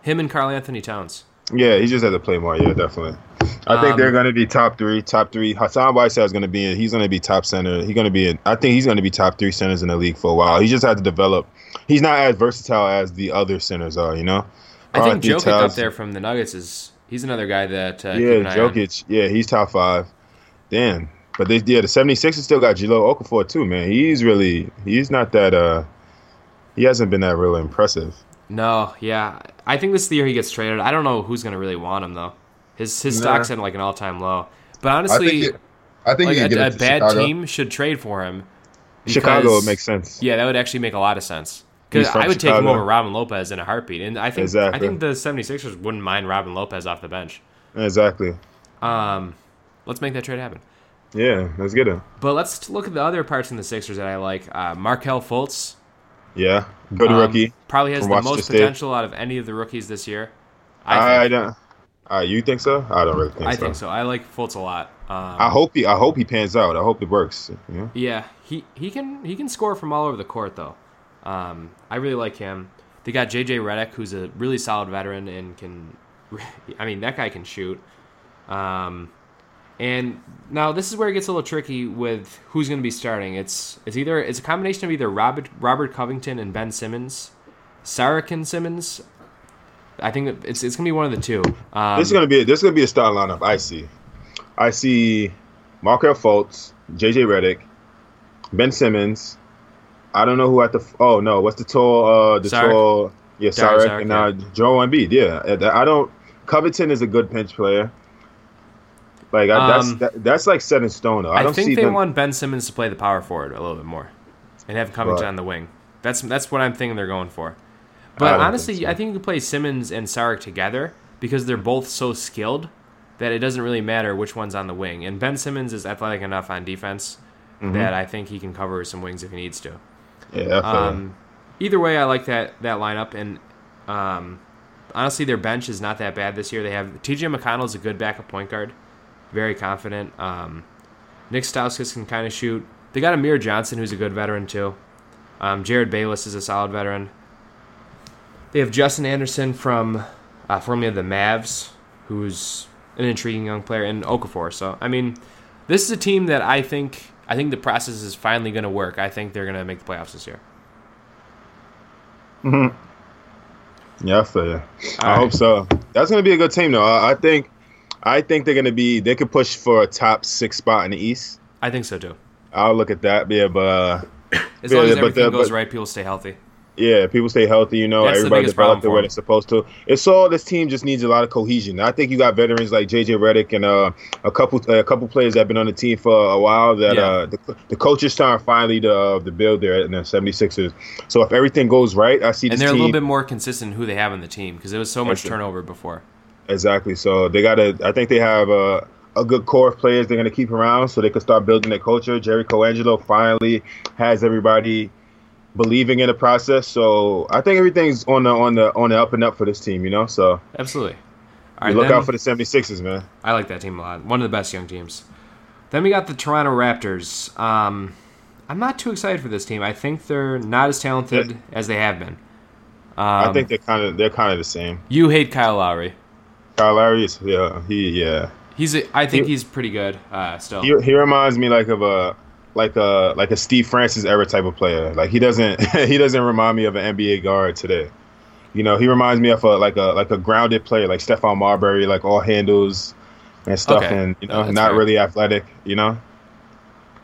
S1: Him and Carl Anthony Towns.
S2: Yeah, he just had to play more. Yeah, definitely. I think
S1: Um,
S2: they're going to be top three. Top three. Hassan Whiteside is going to be in. He's going to be top center. He's going to be in. I think he's going to be top three centers in the league for a while. He just had to develop. He's not as versatile as the other centers are. You know.
S1: I think
S2: Carl Anthony
S1: Jokic up
S2: Towns-
S1: there from the Nuggets is he's another guy that uh, keep an
S2: Yeah,
S1: eye on.
S2: Jokic. Yeah, he's top five. Damn. But they yeah, the 76ers still got Gilo Okafor too, man. He's really he's not that uh he hasn't been that really impressive.
S1: No, yeah, I think this is the year he gets traded. I don't know who's gonna really want him though. His his
S3: Nah.
S1: stock's at like an all time low. But
S3: I
S1: honestly,
S3: think. It, I think you
S1: like
S3: get
S1: a, a
S3: it to
S1: bad
S3: Chicago.
S1: team should trade for him.
S2: Chicago
S1: because-
S2: it makes sense.
S1: Yeah, that would actually make a lot of sense. Because
S2: He's from
S1: I would take him
S2: Chicago.
S1: over Robin Lopez in a heartbeat, and I think I
S2: Exactly.
S1: think the 76ers wouldn't mind Robin Lopez off the bench.
S2: Exactly.
S1: Um, let's make that trade happen.
S2: Yeah, let's get him.
S1: But let's look at the other parts in the Sixers that I like. Uh, Markel Fultz,
S2: Yeah. Good
S1: um,
S2: rookie.
S1: probably has
S2: from
S1: the
S2: Washington
S1: most
S2: State.
S1: potential out of any of the rookies this year.
S2: I,
S1: I think,
S2: don't uh, you think so? I don't really think
S1: I,
S2: so.
S1: think so. I like Fultz a lot. Um,
S2: I hope he I hope he pans out. I hope it works. Yeah.
S1: Yeah, he, he can he can score from all over the court though. Um, I really like him. They got JJ Redick, who's a really solid veteran and can, I mean that guy can shoot. Um, and now this is where it gets a little tricky with who's going to be starting. It's it's either it's a combination of either Robert Robert Covington and Ben Simmons, Sarakin Simmons. I think that it's it's going to be one of the two. Um,
S2: This is gonna be a, this is gonna be a starting lineup. I see. I see Markel Fultz, JJ Redick, Ben Simmons. I don't know who at the f- oh no, what's the tall uh the
S1: Sarek?
S2: tall yeah
S1: Dario
S2: Sarek,
S1: Saric,
S2: and uh,
S1: yeah.
S2: Joel Embiid. Yeah, And I don't. Covington is a good pinch player. Like I,
S1: Um,
S2: that's that, that's like set in stone. Though. I
S1: I,
S2: don't
S1: think
S2: see
S1: they
S2: them.
S1: want Ben Simmons to play the power forward a little bit more, and have Covington
S2: Right.
S1: on the wing. That's that's what I'm thinking they're going for.
S2: I
S1: But
S2: don't
S1: honestly,
S2: think so.
S1: I think you can play Simmons and Sarek together because they're both so skilled that it doesn't really matter which one's on the wing. And Ben Simmons is athletic enough on defense
S2: Mm-hmm.
S1: that I think he can cover some wings if he needs to.
S2: yeah, I feel you.
S1: Um, either way, I like that that lineup, and um, honestly, their bench is not that bad this year. They have T.J. McConnell's a good backup point guard, very confident. Um, Nick Stauskas can kind of shoot. They got Amir Johnson, who's a good veteran too. Um, Jared Bayless is a solid veteran. They have Justin Anderson from uh, formerly of the Mavs, who's an intriguing young player, and Okafor. So I mean, this is a team that I think I think the process is finally going to work. I think they're going to make the playoffs this year.
S2: Yeah, I feel you. I
S1: right.
S2: hope so. That's gonna be a good team though. I, I think, I think they're gonna be. They could push for a top six spot in the East.
S1: I think so too.
S2: I'll look at that. Yeah, but uh,
S1: As long
S2: Yeah,
S1: as
S2: but
S1: everything
S2: the-
S1: goes
S2: but-
S1: right, people stay healthy.
S2: yeah, people stay healthy. You know,
S1: That's the
S2: everybody
S1: biggest
S2: developed
S1: problem
S2: the
S1: for
S2: way
S1: them.
S2: they're supposed to. It's all this team just needs a lot of cohesion. I think you got veterans like JJ Redick and uh, a couple a couple players that have been on the team for a while. That
S1: Yeah.
S2: uh, the, the coach is starting finally to uh, to build there in the 76ers. So if everything goes right, I see this
S1: And they're a
S2: team
S1: little bit more consistent in who they have on the team because there was so much
S2: Exactly.
S1: turnover before.
S2: exactly. So they got to. I think they have a. A good core of players they're going to keep around so they can start building their culture. Jerry Colangelo finally has everybody believing in the process. So I think everything's on the on the on the up and up for this team, you know. So
S1: Absolutely. All
S2: you
S1: right,
S2: look
S1: then-
S2: out for the 76ers, man.
S1: I like that team a lot. One of the best young teams. Then we got the Toronto Raptors. Um, I'm not too excited for this team. I think they're not as talented as they have been. Um,
S2: I think they're kind of they're kind of the same.
S1: You hate Kyle Lowry.
S2: Kyle Lowry is yeah he yeah
S1: He's a, I think
S2: He-
S1: he's pretty good uh, still.
S2: he, he reminds me like of a like a like a Steve Francis era type of player. Like he doesn't he doesn't remind me of an NBA guard today. You know, he reminds me of a like a like a grounded player like Stephon Marbury, like all handles and stuff,
S1: Okay.
S2: and you
S1: No,
S2: know,
S1: that's
S2: not
S1: fair.
S2: really athletic. You know,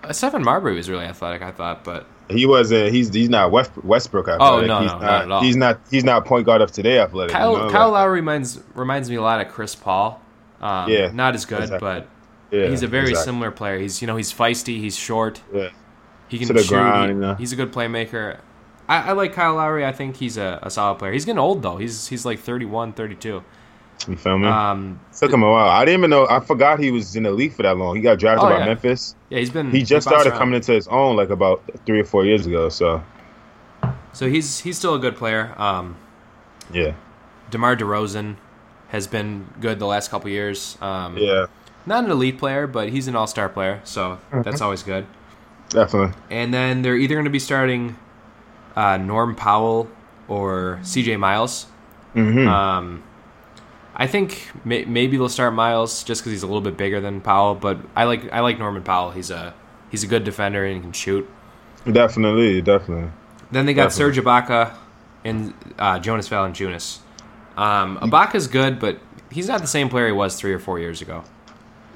S1: Uh, Stephen Marbury was really athletic, I thought, but
S2: he wasn't. He's he's not West, Westbrook athletic.
S1: Oh, no,
S2: he's
S1: no,
S2: not,
S1: not at all.
S2: He's not he's not point guard of today athletic. you
S1: Kyle,
S2: know,
S1: Kyle
S2: like-
S1: Lowry reminds reminds me a lot of Chris Paul. Um,
S2: Yeah,
S1: not as good,
S2: exactly.
S1: but
S2: Yeah,
S1: he's a very
S2: exactly.
S1: similar player. He's you know he's feisty, he's short,
S2: Yeah.
S1: he can
S2: To the
S1: shoot.
S2: grind, uh.
S1: he-
S2: yeah.
S1: He's a good playmaker. I, I like Kyle Lowry. I think he's a, a solid player. He's getting old though. He's he's like 31, 32.
S2: You feel me?
S1: Um,
S2: Took him a while. I didn't even know. I forgot he was in the league for that long. He got drafted
S1: Oh,
S2: by
S1: yeah.
S2: Memphis.
S1: yeah, he's been
S2: He just
S1: bounced
S2: started
S1: around.
S2: coming into his own like about three or four years ago. So
S1: So he's he's still a good player. Um,
S2: yeah,
S1: Demar Derozan has been good the last couple years. Um,
S2: yeah,
S1: not an elite player, but he's an all star player, so
S2: Mm-hmm.
S1: that's always good.
S2: definitely.
S1: And then they're either going to be starting uh, Norm Powell or CJ Miles.
S2: Mm-hmm.
S1: Um, I think may- maybe they'll start Miles just because he's a little bit bigger than Powell. But I like I like Norman Powell. He's a he's a good defender and he can shoot.
S2: Definitely, definitely.
S1: Then they got Serge Ibaka and uh, Jonas Valanciunas. Um, Ibaka's good, but he's not the same player he was three or four years ago.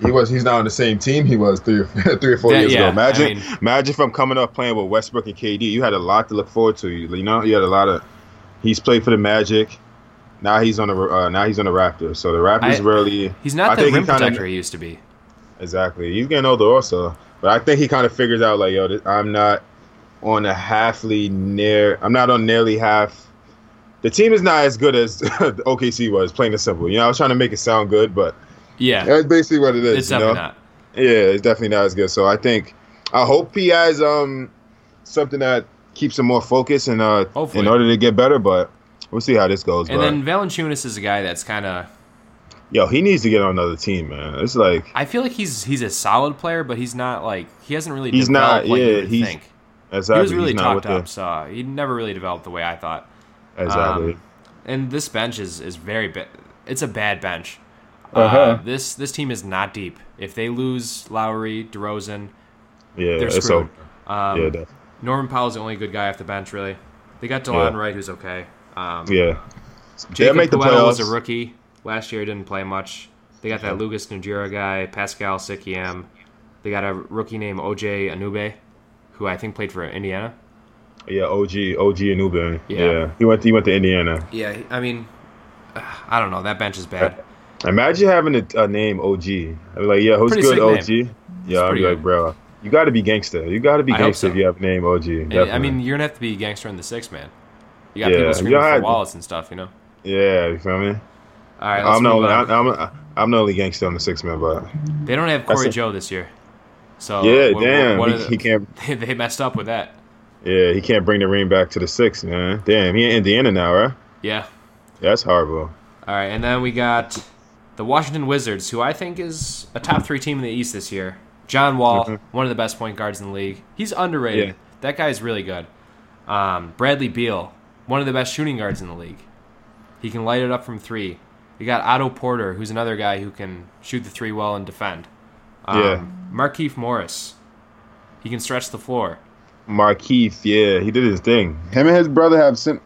S3: He was. He's not on the same team he was three, or, three or four
S1: Yeah,
S3: years
S1: yeah.
S3: ago. Man.
S2: Imagine,
S1: I mean-
S2: imagine from coming up playing with Westbrook and KD, you had a lot to look forward to. You you know, you had a lot of. He's played for the Magic. Now he's on the uh, now he's on the Raptors. So the Raptors
S1: I-
S2: really
S1: He's not
S2: I
S1: the
S2: think he
S1: rim
S2: kinda-
S1: protector he used to be.
S2: exactly. He's getting older also, but I think he kind of figures out like yo, th- I'm not on a halfly near. I'm not on nearly half. The team is not as good as the OKC was. Plain and simple. You know, I was trying to make it sound good, but
S1: Yeah,
S2: that's basically what it is.
S1: it's
S2: you
S1: definitely
S2: know?
S1: not.
S2: Yeah, it's definitely not as good. So I think I hope he has um something that keeps him more focused and uh
S1: Hopefully.
S2: in order to get better, but we'll see how this goes.
S1: And
S2: but
S1: then Valanciunas is a guy that's kind of.
S2: yo, he needs to get on another team, man. It's like
S1: I feel like he's he's a solid player, but he's not like he hasn't really.
S2: He's
S1: developed
S2: not-
S1: Like you
S2: yeah,
S1: would
S2: he's-
S1: think.
S2: exactly
S1: he was really
S2: he's not
S1: talked
S2: with
S1: up, so he never really developed the way I thought.
S2: The, exactly.
S1: Um, and this bench is is very bad. It's a bad bench.
S3: Uh-huh.
S1: Uh, this this team is not deep. If they lose Lowry, DeRozan,
S2: yeah,
S1: they're
S2: it's
S1: screwed.
S2: over.
S1: Um,
S2: yeah, that,
S1: Norman Powell's the only good guy off the bench, really. They got Delon Wright, who's okay. Um,
S2: yeah. They'll
S1: Jacob
S2: make the
S1: Poeltl was
S2: playoffs.
S1: a rookie last year. Didn't play much. They got that Lucas Najira guy, Pascal Sikiam. They got a rookie named OJ Anube, who I think played for Indiana.
S2: yeah, OG, OG Anuban.
S1: Yeah.
S2: Yeah. yeah, he went. He went to Indiana.
S1: Yeah, I mean, I don't know. That bench is bad.
S2: Imagine having a, a name OG. I'd be like, yeah, who's
S1: Pretty sick
S2: good
S1: name.
S2: OG? Yeah, I'd
S1: pretty
S2: be like,
S1: good.
S2: bro, you got to be gangster. You got to be
S1: I hope
S2: gangster
S1: so.
S2: if you have a name OG.
S1: And, I
S2: definitely.
S1: mean, you're gonna have to be a gangster in the six man. You got
S2: Yeah,
S1: people screaming
S2: you
S1: for
S2: had-
S1: wallets and stuff, you know.
S2: Yeah, you feel me?
S1: All right, let's
S2: I'm the
S1: move
S2: only,
S1: on.
S2: I'm, I'm, I'm the only gangster on the six man, but
S1: they don't have Corey
S2: a-
S1: Joe this year, so
S2: yeah,
S1: Oh, what-
S2: damn,
S1: what
S2: he,
S1: are the-
S2: he can't.
S1: They, they messed up with that.
S2: Yeah, he can't bring the ring back to the six, man. Damn, he in Indiana now, right?
S1: Yeah.
S2: That's horrible.
S1: All right, and then we got the Washington Wizards, who I think is a top three team in the East this year. John Wall, one of the best point guards in the league. He's underrated.
S2: Mhm. Yeah.
S1: That guy's really good. Um, Bradley Beal, one of the best shooting guards in the league. He can light it up from three. You got Otto Porter, who's another guy who can shoot the three well and defend. Um,
S2: Yeah.
S1: Markeith Morris, he can stretch the floor.
S2: Markeith, yeah, he did his thing. Him and his brother have sim.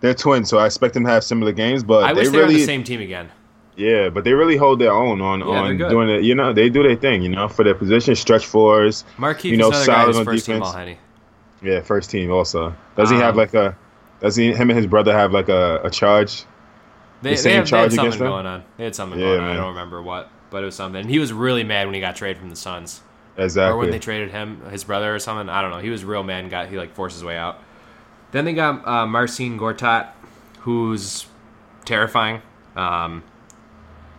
S2: They're twins, so I expect them to have similar games, but
S1: I
S2: they
S1: wish they were on
S2: really,
S1: the same team again.
S2: yeah, but they really hold their own on
S1: they're
S2: on
S1: good.
S2: doing it. You know, they do their thing. You know, for their position, stretch fours.
S1: Markeith
S2: You know,
S1: is another guy
S2: solid
S1: who's
S2: on
S1: first team
S2: defense.
S1: all Henny.
S2: Yeah, first team also. Does he have
S1: Um,
S2: like a? Does he him and his brother have like a, a charge? The
S1: They, they,
S2: same
S1: have, they had
S2: charge
S1: something
S2: against them?
S1: going on. They had something
S2: Yeah,
S1: going on. I
S2: man.
S1: don't remember what, but it was something. And he was really mad when he got traded from the Suns,
S2: Exactly.
S1: or when they traded him, his brother or something. I don't know. He was a real man. Got he like forced his way out. Then they got uh, Marcin Gortat, who's terrifying. Um,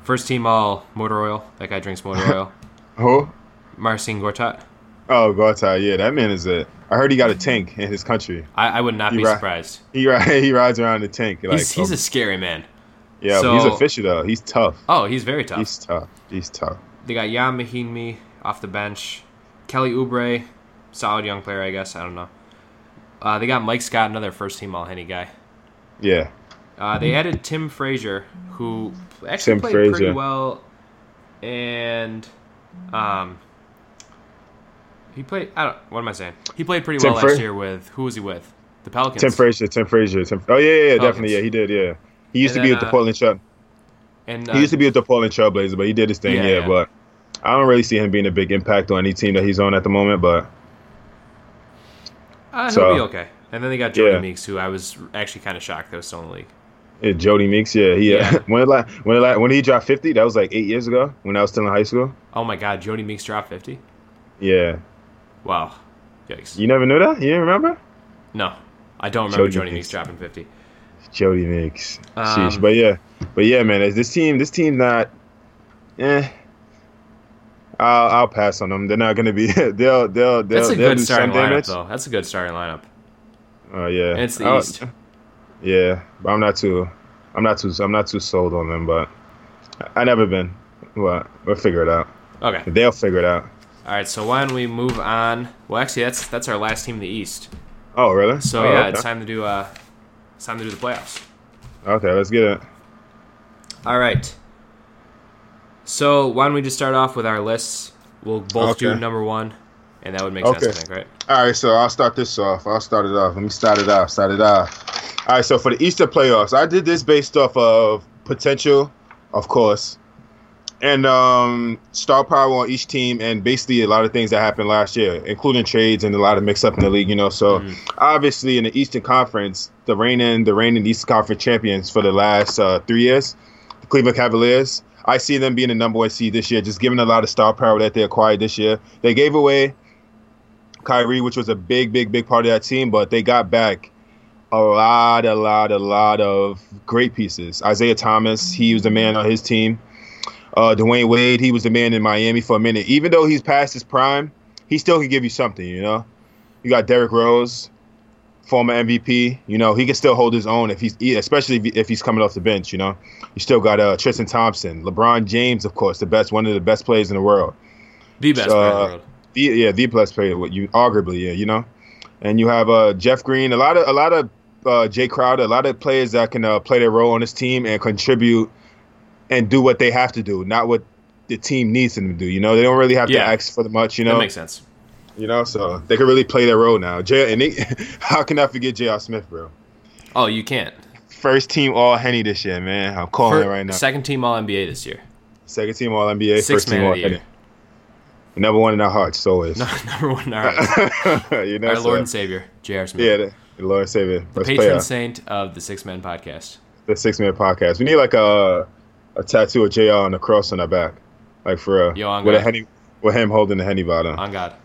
S1: first team all motor oil. That guy drinks motor oil.
S2: Who?
S1: Marcin Gortat.
S2: Oh, Gortat, yeah, that man is a. I heard he got a tank in his country.
S1: I, I would not
S2: You
S1: be
S2: right.
S1: surprised.
S2: He um, ri- he rides around the tank. Like,
S1: He's, he's a scary man.
S2: yeah, but he's
S1: so-
S2: a fisher though. He's tough.
S1: Oh, he's very tough.
S2: He's tough. He's tough.
S1: They got Jan Mahinmi off the bench. Kelly Oubre, solid young player, I guess. I don't know. Uh, they got Mike Scott, another first team All Henny guy.
S2: Yeah,
S1: Uh, they added Tim Frazier, who actually
S2: Tim
S1: played pretty
S2: Frazier.
S1: well, and um, he played. I don't. What am I saying? He played pretty
S2: Tim
S1: well last
S2: Fra-
S1: year with who was he with? The Pelicans.
S2: Tim Frazier, Tim Frazier, Tim. Oh yeah, yeah, yeah, definitely.
S1: Pelicans.
S2: Yeah, he did. Yeah, he used to
S1: And
S2: be
S1: then,
S2: with the
S1: uh,
S2: Portland Trail.
S1: And uh,
S2: He used to be with the Portland Trailblazers, but he did his thing.
S1: Yeah,
S2: Yeah,
S1: yeah.
S2: but I don't really see him being a big impact on any team that he's on at the moment. But
S1: uh, he'll
S2: so-
S1: be okay. And then they got Jody
S2: Yeah.
S1: Meeks, who I was actually kind of shocked they was still in the league.
S2: yeah, Jody Meeks, yeah, he
S1: Yeah.
S2: when it la- when it la- when he dropped fifty, that was like eight years ago when I was still in high school.
S1: Oh my God, Jody Meeks dropped fifty.
S2: Yeah,
S1: Wow. Yikes.
S2: you never knew that. You didn't remember?
S1: No, I don't remember
S2: Jody
S1: Jody Meeks
S2: Meeks.
S1: dropping fifty.
S2: Jody Meeks. Sheesh.
S1: Um,
S2: But yeah, but yeah, man. Is this team? This team not. Eh. I'll, I'll pass on them. They're not gonna be. They'll they'll they'll.
S1: That's a
S2: they'll
S1: good
S2: do some
S1: starting lineup,
S2: damage.
S1: though. That's a good starting lineup.
S2: Oh yeah.
S1: And it's the
S2: I'll-
S1: East.
S2: Yeah, but I'm not too. I'm not too. I'm not too sold on them, but I, I never been. Well, we'll figure it out.
S1: Okay.
S2: They'll figure it out.
S1: All right. So why don't we move on? Well, actually, that's that's our last team in the East.
S2: Oh really?
S1: So
S2: Oh,
S1: yeah,
S2: okay.
S1: it's time to do uh, it's time to do the playoffs.
S2: Okay, let's get it.
S1: All right. So why don't we just start off with our lists? We'll both do
S2: Okay.
S1: number one, and that would make
S2: Okay.
S1: sense, I think, right?
S2: All right, so I'll start this off. I'll start it off. Let me start it off. Start it off. All right, so for the Easter playoffs, I did this based off of potential, of course, and um, star power on each team, and basically a lot of things that happened last year, including trades and a lot of mix up in the league. You know, so
S1: Mhm.
S2: obviously in the Eastern Conference, the reigning the reigning Eastern Conference champions for the last uh, three years, the Cleveland Cavaliers. I see them being the number one seed this year, just given a lot of star power that they acquired this year. They gave away Kyrie, which was a big, big, big part of that team, but they got back a lot, a lot, a lot of great pieces. Isaiah Thomas, he was the man on his team. Uh, Dwayne Wade, he was the man in Miami for a minute. Even though he's past his prime, he still can give you something, you know? You got Derrick Rose, former MVP. You know, he can still hold his own if he's, e, especially if- if he's coming off the bench, you know? You still got uh, Tristan Thompson, LeBron James, of course, the best, one of the best players in the world
S1: The best player in the
S2: Uh,
S1: world.
S2: the yeah the plus player what you arguably yeah you know and you have uh jeff green a lot of a lot of uh jay crowder a lot of players that can uh, play their role on this team and contribute and do what they have to do not what the team needs them to do you know they don't really have
S1: Yeah.
S2: to ask for much you
S1: that
S2: know
S1: makes sense.
S2: you know so they can really play their role now jay and they, how can i forget J.R. smith bro
S1: Oh, you can't.
S2: first team all henny this year man i'm calling
S1: Fir-
S2: it right now
S1: Second team All NBA this year.
S2: second team all nba
S1: Sixth
S2: first team
S1: man
S2: all
S1: of the year.
S2: henny number one in our hearts always
S1: Number one, in our, hearts.
S2: you know
S1: our
S2: so-
S1: Lord and Savior, J.R. Smith.
S2: yeah the, the lord savior
S1: the
S2: Let's
S1: patron
S2: play out.
S1: saint of the Six Men podcast.
S2: the six minute podcast. We need like a a tattoo of JR on the cross on our back, like for real.
S1: Yo, I'm
S2: with a
S1: glad.
S2: henny, with him holding the henny bottom.
S1: On God.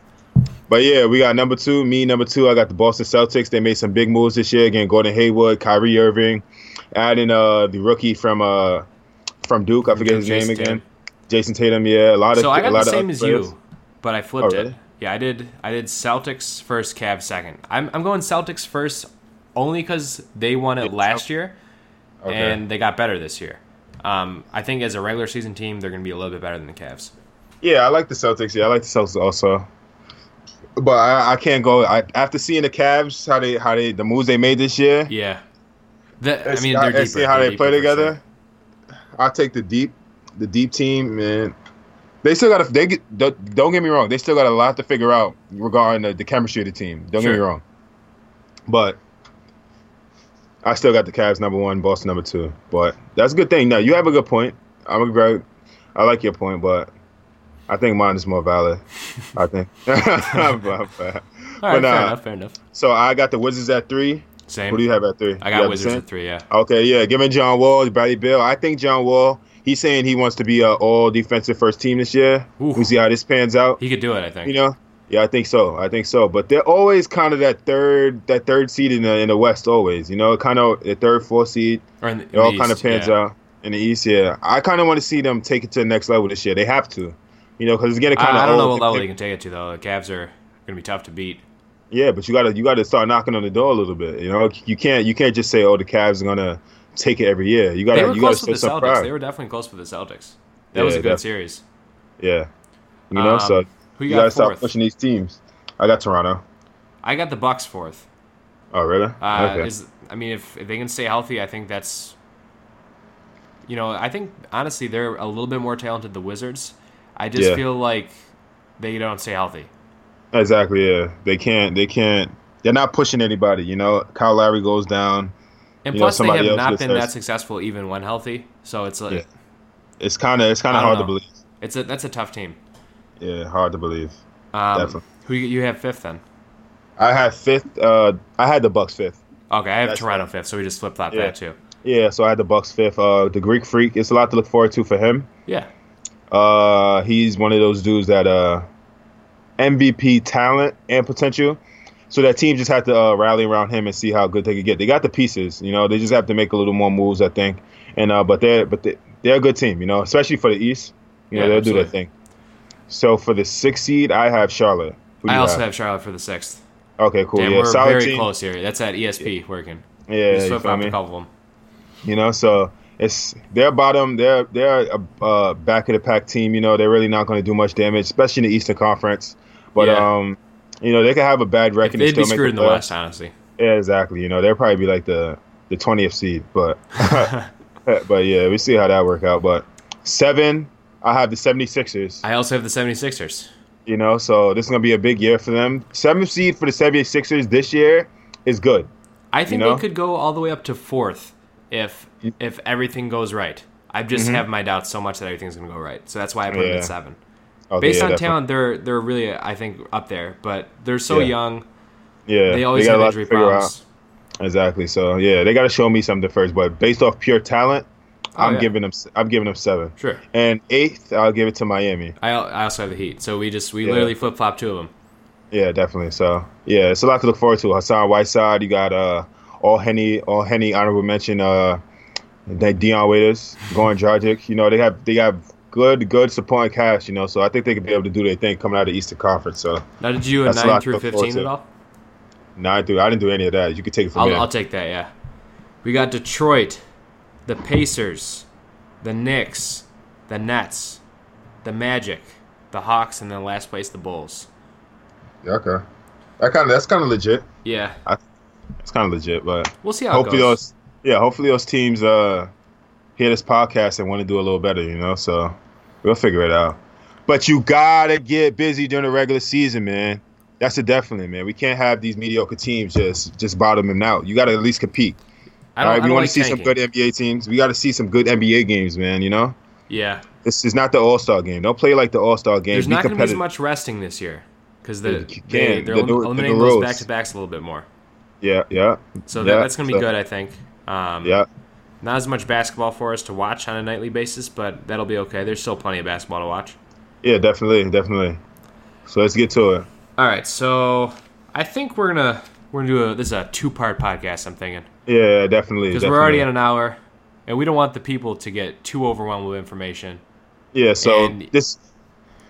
S2: But yeah, we got number two, me number two. I got the Boston Celtics. They made some big moves this year. Again, Gordon Hayward, Kyrie Irving, adding uh the rookie from uh from Duke. I forget his
S1: Jason
S2: name again.
S1: Tatum.
S2: Jason Tatum. Yeah, a lot of
S1: So I
S2: a
S1: got
S2: lot
S1: the
S2: of
S1: same
S2: other
S1: as
S2: players.
S1: you, but I flipped
S2: Oh,
S1: it.
S2: really?
S1: Yeah, I did. I did Celtics first, Cavs second. I'm I'm going Celtics first only because they won it last year
S2: Okay.
S1: and they got better this year. Um, I think as a regular season team, they're going to be a little bit better than the Cavs.
S2: Yeah, I like the Celtics. Yeah, I like the Celtics also. But I, I can't go. I, after seeing the Cavs, how they how they the moves they made this year,
S1: Yeah. The, I
S2: And
S1: mean,
S2: see
S1: they're
S2: how-
S1: deeper.
S2: and see how
S1: They're
S2: they play
S1: deeper for sure.
S2: together. I take the deep, the deep team, man. They still got to. They get- don't don't get me wrong. They still got a lot to figure out regarding the, the chemistry of the team. Don't get me
S1: Sure.
S2: wrong. But I still got the Cavs number one, Boston number two. But that's a good thing. Now you have a good point. I'm a great. I like your point, but I think mine is more valid. I think. But- but-
S1: All right,
S2: but,
S1: fair
S2: uh,
S1: enough. Fair enough.
S2: so I got the Wizards at three.
S1: Same.
S2: Who do you have at three?
S1: I
S2: You
S1: got
S2: have the
S1: Wizards
S2: same?
S1: at three. Yeah.
S2: Okay, yeah, giving John Wall, Bradley Bill. I think John Wall. He's saying he wants to be a all defensive first team this year.
S1: Ooh.
S2: We see how this pans out.
S1: He could do it. I think.
S2: You know, yeah, I think so. I think so. But they're always kind of that third, that third seed in the in the West. Always, you know, kind of the third, fourth seed.
S1: or in the,
S2: It all kind of pans out in the East. Yeah, I kind of want to see them take it to the next level this year. They have to, you know, because it's getting kind of
S1: I, I don't know what
S2: old.
S1: level they can take it to though. The Cavs are going to be tough to beat.
S2: Yeah, but you gotta you gotta start knocking on the door a little bit. You know, you can't you can't just say, oh, the Cavs are gonna take it every year. You gotta
S1: They were
S2: you gotta
S1: close
S2: show
S1: with the
S2: some
S1: Celtics.
S2: pride.
S1: They were definitely close with the Celtics. That
S2: Yeah,
S1: was a good
S2: definitely.
S1: series.
S2: Yeah. You know,
S1: Um,
S2: so
S1: who
S2: you,
S1: you got
S2: gotta stop
S1: fourth?
S2: pushing these teams. I got Toronto.
S1: I got the Bucks fourth.
S2: Oh, really?
S1: Uh,
S2: okay.
S1: is, I mean, if, if they can stay healthy, I think that's. You know, I think honestly they're a little bit more talented than the Wizards. I just
S2: Yeah.
S1: feel like they don't stay healthy.
S2: exactly. Yeah. They can't. They can't. They're not pushing anybody. You know, Kyle Lowry goes down.
S1: And
S2: You know,
S1: plus,
S2: somebody
S1: they have
S2: else
S1: not
S2: gets
S1: been
S2: hurt.
S1: that successful even when healthy. So it's like
S2: Yeah. It's kind of. It's kind
S1: I
S2: of
S1: don't
S2: hard
S1: know.
S2: to believe.
S1: it's a that's a tough team.
S2: Yeah, hard to believe.
S1: Um,
S2: Definitely.
S1: who you- you have fifth then?
S2: I had fifth. Uh, I had the Bucks fifth.
S1: Okay, I have
S2: That's
S1: Toronto fifth, so we just flip flop
S2: Yeah.
S1: that too.
S2: Yeah, so I had the Bucks fifth. Uh, the Greek Freak. It's a lot to look forward to for him.
S1: Yeah,
S2: Uh, he's one of those dudes that uh, MVP talent and potential. So that team just had to uh, rally around him and see how good they could get. They got the pieces, you know. They just have to make a little more moves, I think. And uh, but they're but they, they're a good team, you know, especially for the East. You know,
S1: Yeah,
S2: they'll do
S1: absolutely.
S2: their thing. So for the sixth seed, I have Charlotte. Who do
S1: I
S2: you
S1: also have Charlotte for the sixth.
S2: Okay, cool.
S1: Damn,
S2: yeah,
S1: we're
S2: solid
S1: very
S2: team.
S1: close here. That's at ESP working.
S2: Yeah,
S1: we
S2: you
S1: flip
S2: feel
S1: flopped
S2: me?
S1: a couple of them.
S2: You know, so it's their bottom. They're they're a, a back of the pack team. You know, they're really not going to do much damage, especially in the Eastern Conference. But
S1: Yeah.
S2: um, you know, they could have a bad record. and
S1: They'd
S2: still
S1: be
S2: make
S1: screwed in the
S2: playoffs.
S1: West, honestly.
S2: Yeah, exactly. You know, they'll probably be like the the 20th seed, but but yeah, we see how that work out. But seven, I have the 76ers.
S1: I also have the 76ers.
S2: You know, so this is gonna be a big year for them. Seventh seed for the 76ers this year is good.
S1: I think
S2: know?
S1: they could go all the way up to fourth if if everything goes right. I just have my doubts so much that everything's going to go right. So that's why I put them
S2: Mm-hmm. Yeah.
S1: at seven.
S2: Oh,
S1: Based
S2: yeah,
S1: on
S2: definitely.
S1: talent, they're they're really I think up there, but they're so
S2: Yeah.
S1: young.
S2: yeah,
S1: They always
S2: got a
S1: have
S2: lot
S1: injury
S2: to figure
S1: problems.
S2: out. Exactly. So yeah, they got to show me something first. But based off pure talent, I'm
S1: Oh, yeah.
S2: giving them. I'm giving them seven.
S1: Sure.
S2: And eighth, I'll give it to Miami.
S1: I, al- I also have the Heat, so we just we
S2: Yeah.
S1: literally flip flop two of them.
S2: Yeah, definitely. So yeah, it's a lot to look forward to. Hassan Whiteside, you got uh all Henny, all Henny honorable mention. Uh, that Deion Waiters, Goran Dragic. You know they have they have good good supporting cast. You know, so I think they could be able to do their thing coming out of the Eastern Conference. So
S1: Now, did you do a
S2: That's a
S1: nine
S2: lot to
S1: through
S2: look forward
S1: fifteen at
S2: to.
S1: all?
S2: no, I do. I didn't do any of that. You could take it from
S1: I'll,
S2: there.
S1: I'll take that. Yeah, we got Detroit, the Pacers, the Knicks, the Nets, the Magic, the Hawks, and then last place the Bulls.
S3: Yeah, okay. That kind of that's kind of legit.
S1: Yeah,
S2: it's kind of legit, but
S1: we'll see how
S2: hopefully
S1: it goes.
S2: those yeah, hopefully those teams uh hear this podcast and want to do a little better. You know, so we'll figure it out. But you gotta get busy during the regular season, man. That's a definite, man. We can't have these mediocre teams just just bottoming out. You gotta at least compete.
S1: I don't,
S2: all right,
S1: I
S2: we
S1: don't
S2: want
S1: like
S2: to see
S1: tanking.
S2: some good NBA teams. We gotta see some good NBA games, man. You know,
S1: Yeah,
S2: this is not the All Star game. Don't play like the All Star game.
S1: there's
S2: be
S1: not going to be as
S2: competitive.
S1: much resting this year because
S2: Yeah,
S1: the,
S2: you can't.
S1: they, they're
S2: The
S1: elim-
S2: new- the
S1: eliminating
S2: new
S1: those
S2: rules.
S1: back to backs a little bit more.
S2: yeah, yeah,
S1: So
S2: Yeah,
S1: that, that's going to be
S2: so-
S1: good, I think. Um,
S2: yeah.
S1: Not as much basketball for us to watch on a nightly basis, but that'll be okay. There's still plenty of basketball to watch.
S2: Yeah, definitely, definitely. So let's get to it.
S1: All right, so I think we're gonna we're gonna do a this is a two part podcast. I'm thinking
S2: Yeah, definitely.
S1: because we're already
S2: definitely.
S1: at an hour, and we don't want the people to get too overwhelmed with information.
S2: Yeah, so
S1: And-
S2: this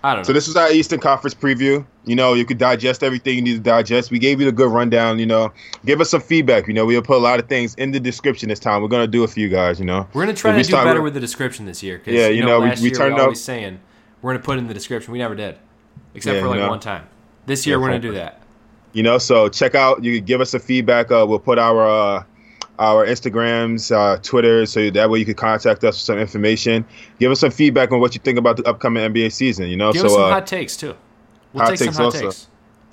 S1: I don't know.
S2: so this was our Eastern Conference preview. You know, you could digest everything you need to digest. We gave you the good rundown, you know. Give us some feedback, you know. We'll put a lot of things in the description this time. We're gonna do it for you guys, you know.
S1: we're gonna try
S2: If
S1: to
S2: we
S1: do
S2: start-
S1: better with the description this year. 'cause,
S2: Yeah, you know, we-
S1: last
S2: we
S1: year
S2: turned
S1: were
S2: up-
S1: always saying we're gonna put in the description. We never did, except
S2: Yeah,
S1: for like
S2: you know.
S1: one time. This year
S2: Yeah,
S1: we're gonna
S2: hopefully.
S1: do that.
S2: you know, so check out you could give us some feedback. Uh we'll put our uh our Instagrams, uh, Twitter, so that way you could contact us for some information. Give us some feedback on what you think about the upcoming NBA season. You know,
S1: Give
S2: so
S1: us some
S2: uh,
S1: hot takes too. We'll
S2: hot
S1: take some
S2: takes
S1: hot
S2: also.
S1: takes.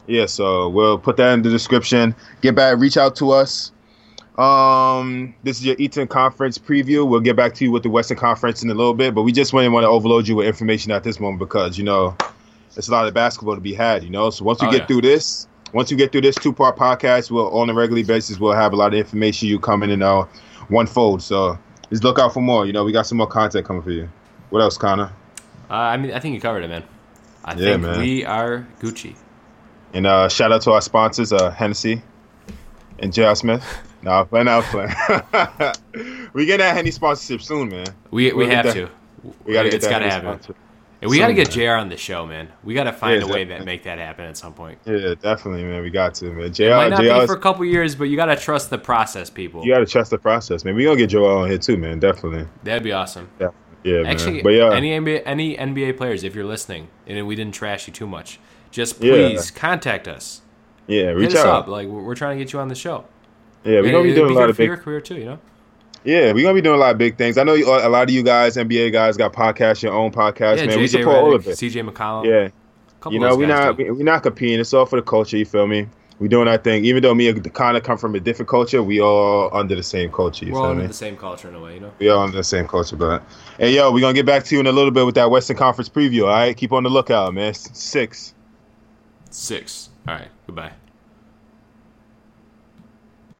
S2: Yeah, so we'll put that in the description. Get back, reach out to us. Um, this is your Eastern Conference preview. We'll get back to you with the Western Conference in a little bit, but we just wouldn't want to overload you with information at this moment because you know it's a lot of basketball to be had. You know, so once you
S1: Oh,
S2: get
S1: yeah.
S2: through this, once you get through this two-part podcast, we'll on a regular basis we'll have a lot of information you coming in uh, one fold. So just look out for more. You know, we got some more content coming for you. What else, Connor?
S1: Uh, I mean, I think you covered it, man. I
S2: Yeah,
S1: think
S2: man.
S1: we are Gucci.
S2: And uh, shout out to our sponsors, uh, Hennessy and J.R. Smith. Nah, I'm playing, I'm playing. we get that Henny sponsorship soon, man.
S1: We we
S2: We'll get
S1: have
S2: that-
S1: to.
S2: We gotta get
S1: it's
S2: that
S1: gotta
S2: Henny
S1: happen.
S2: sponsorship.
S1: And we got to
S2: Soon,
S1: get JR on the show, man. We got to find
S2: Yeah,
S1: a way that
S2: definitely.
S1: make that happen at some point.
S2: Yeah, definitely, man. We got to, man.
S1: Might
S2: Jr.
S1: not
S2: JR,
S1: be for a couple years, but you got to trust the process, people.
S2: you gotta trust the process, man. We gonna get Joel on here too, man. Definitely.
S1: That'd be awesome.
S2: Yeah, yeah,
S1: Actually,
S2: man. But yeah,
S1: any NBA, any NBA players, if you're listening, and we didn't trash you too much, just
S2: Yeah.
S1: please contact us.
S2: yeah,
S1: Hit
S2: reach
S1: us
S2: out.
S1: up. Like we're, we're trying to get you on the show.
S2: Yeah, we
S1: And
S2: gonna be
S1: it'd
S2: doing a
S1: good
S2: lot of
S1: for
S2: big
S1: your career too. You know,
S2: Yeah, we're gonna be doing a lot of big things. I know you, a lot of you guys, NBA guys, got podcasts, your own podcasts,
S1: yeah,
S2: man. we
S1: JJ
S2: support all of
S1: Redick,
S2: it.
S1: CJ McCollum,
S2: Yeah.
S1: a couple
S2: You
S1: of
S2: know,
S1: those
S2: we're
S1: guys
S2: not
S1: too.
S2: we- we're not competing. It's all for the culture. You feel me? We doing our thing. Even though me and Kana come from a different culture, we all under the same culture. You
S1: We're all
S2: feel
S1: under
S2: me?
S1: the same culture in a way. You know.
S2: We all under the same culture. But hey, yo, we're gonna get back to you in a little bit with that Western Conference preview. All right, keep on the lookout, man. S- Six.
S1: Six. All right. Goodbye.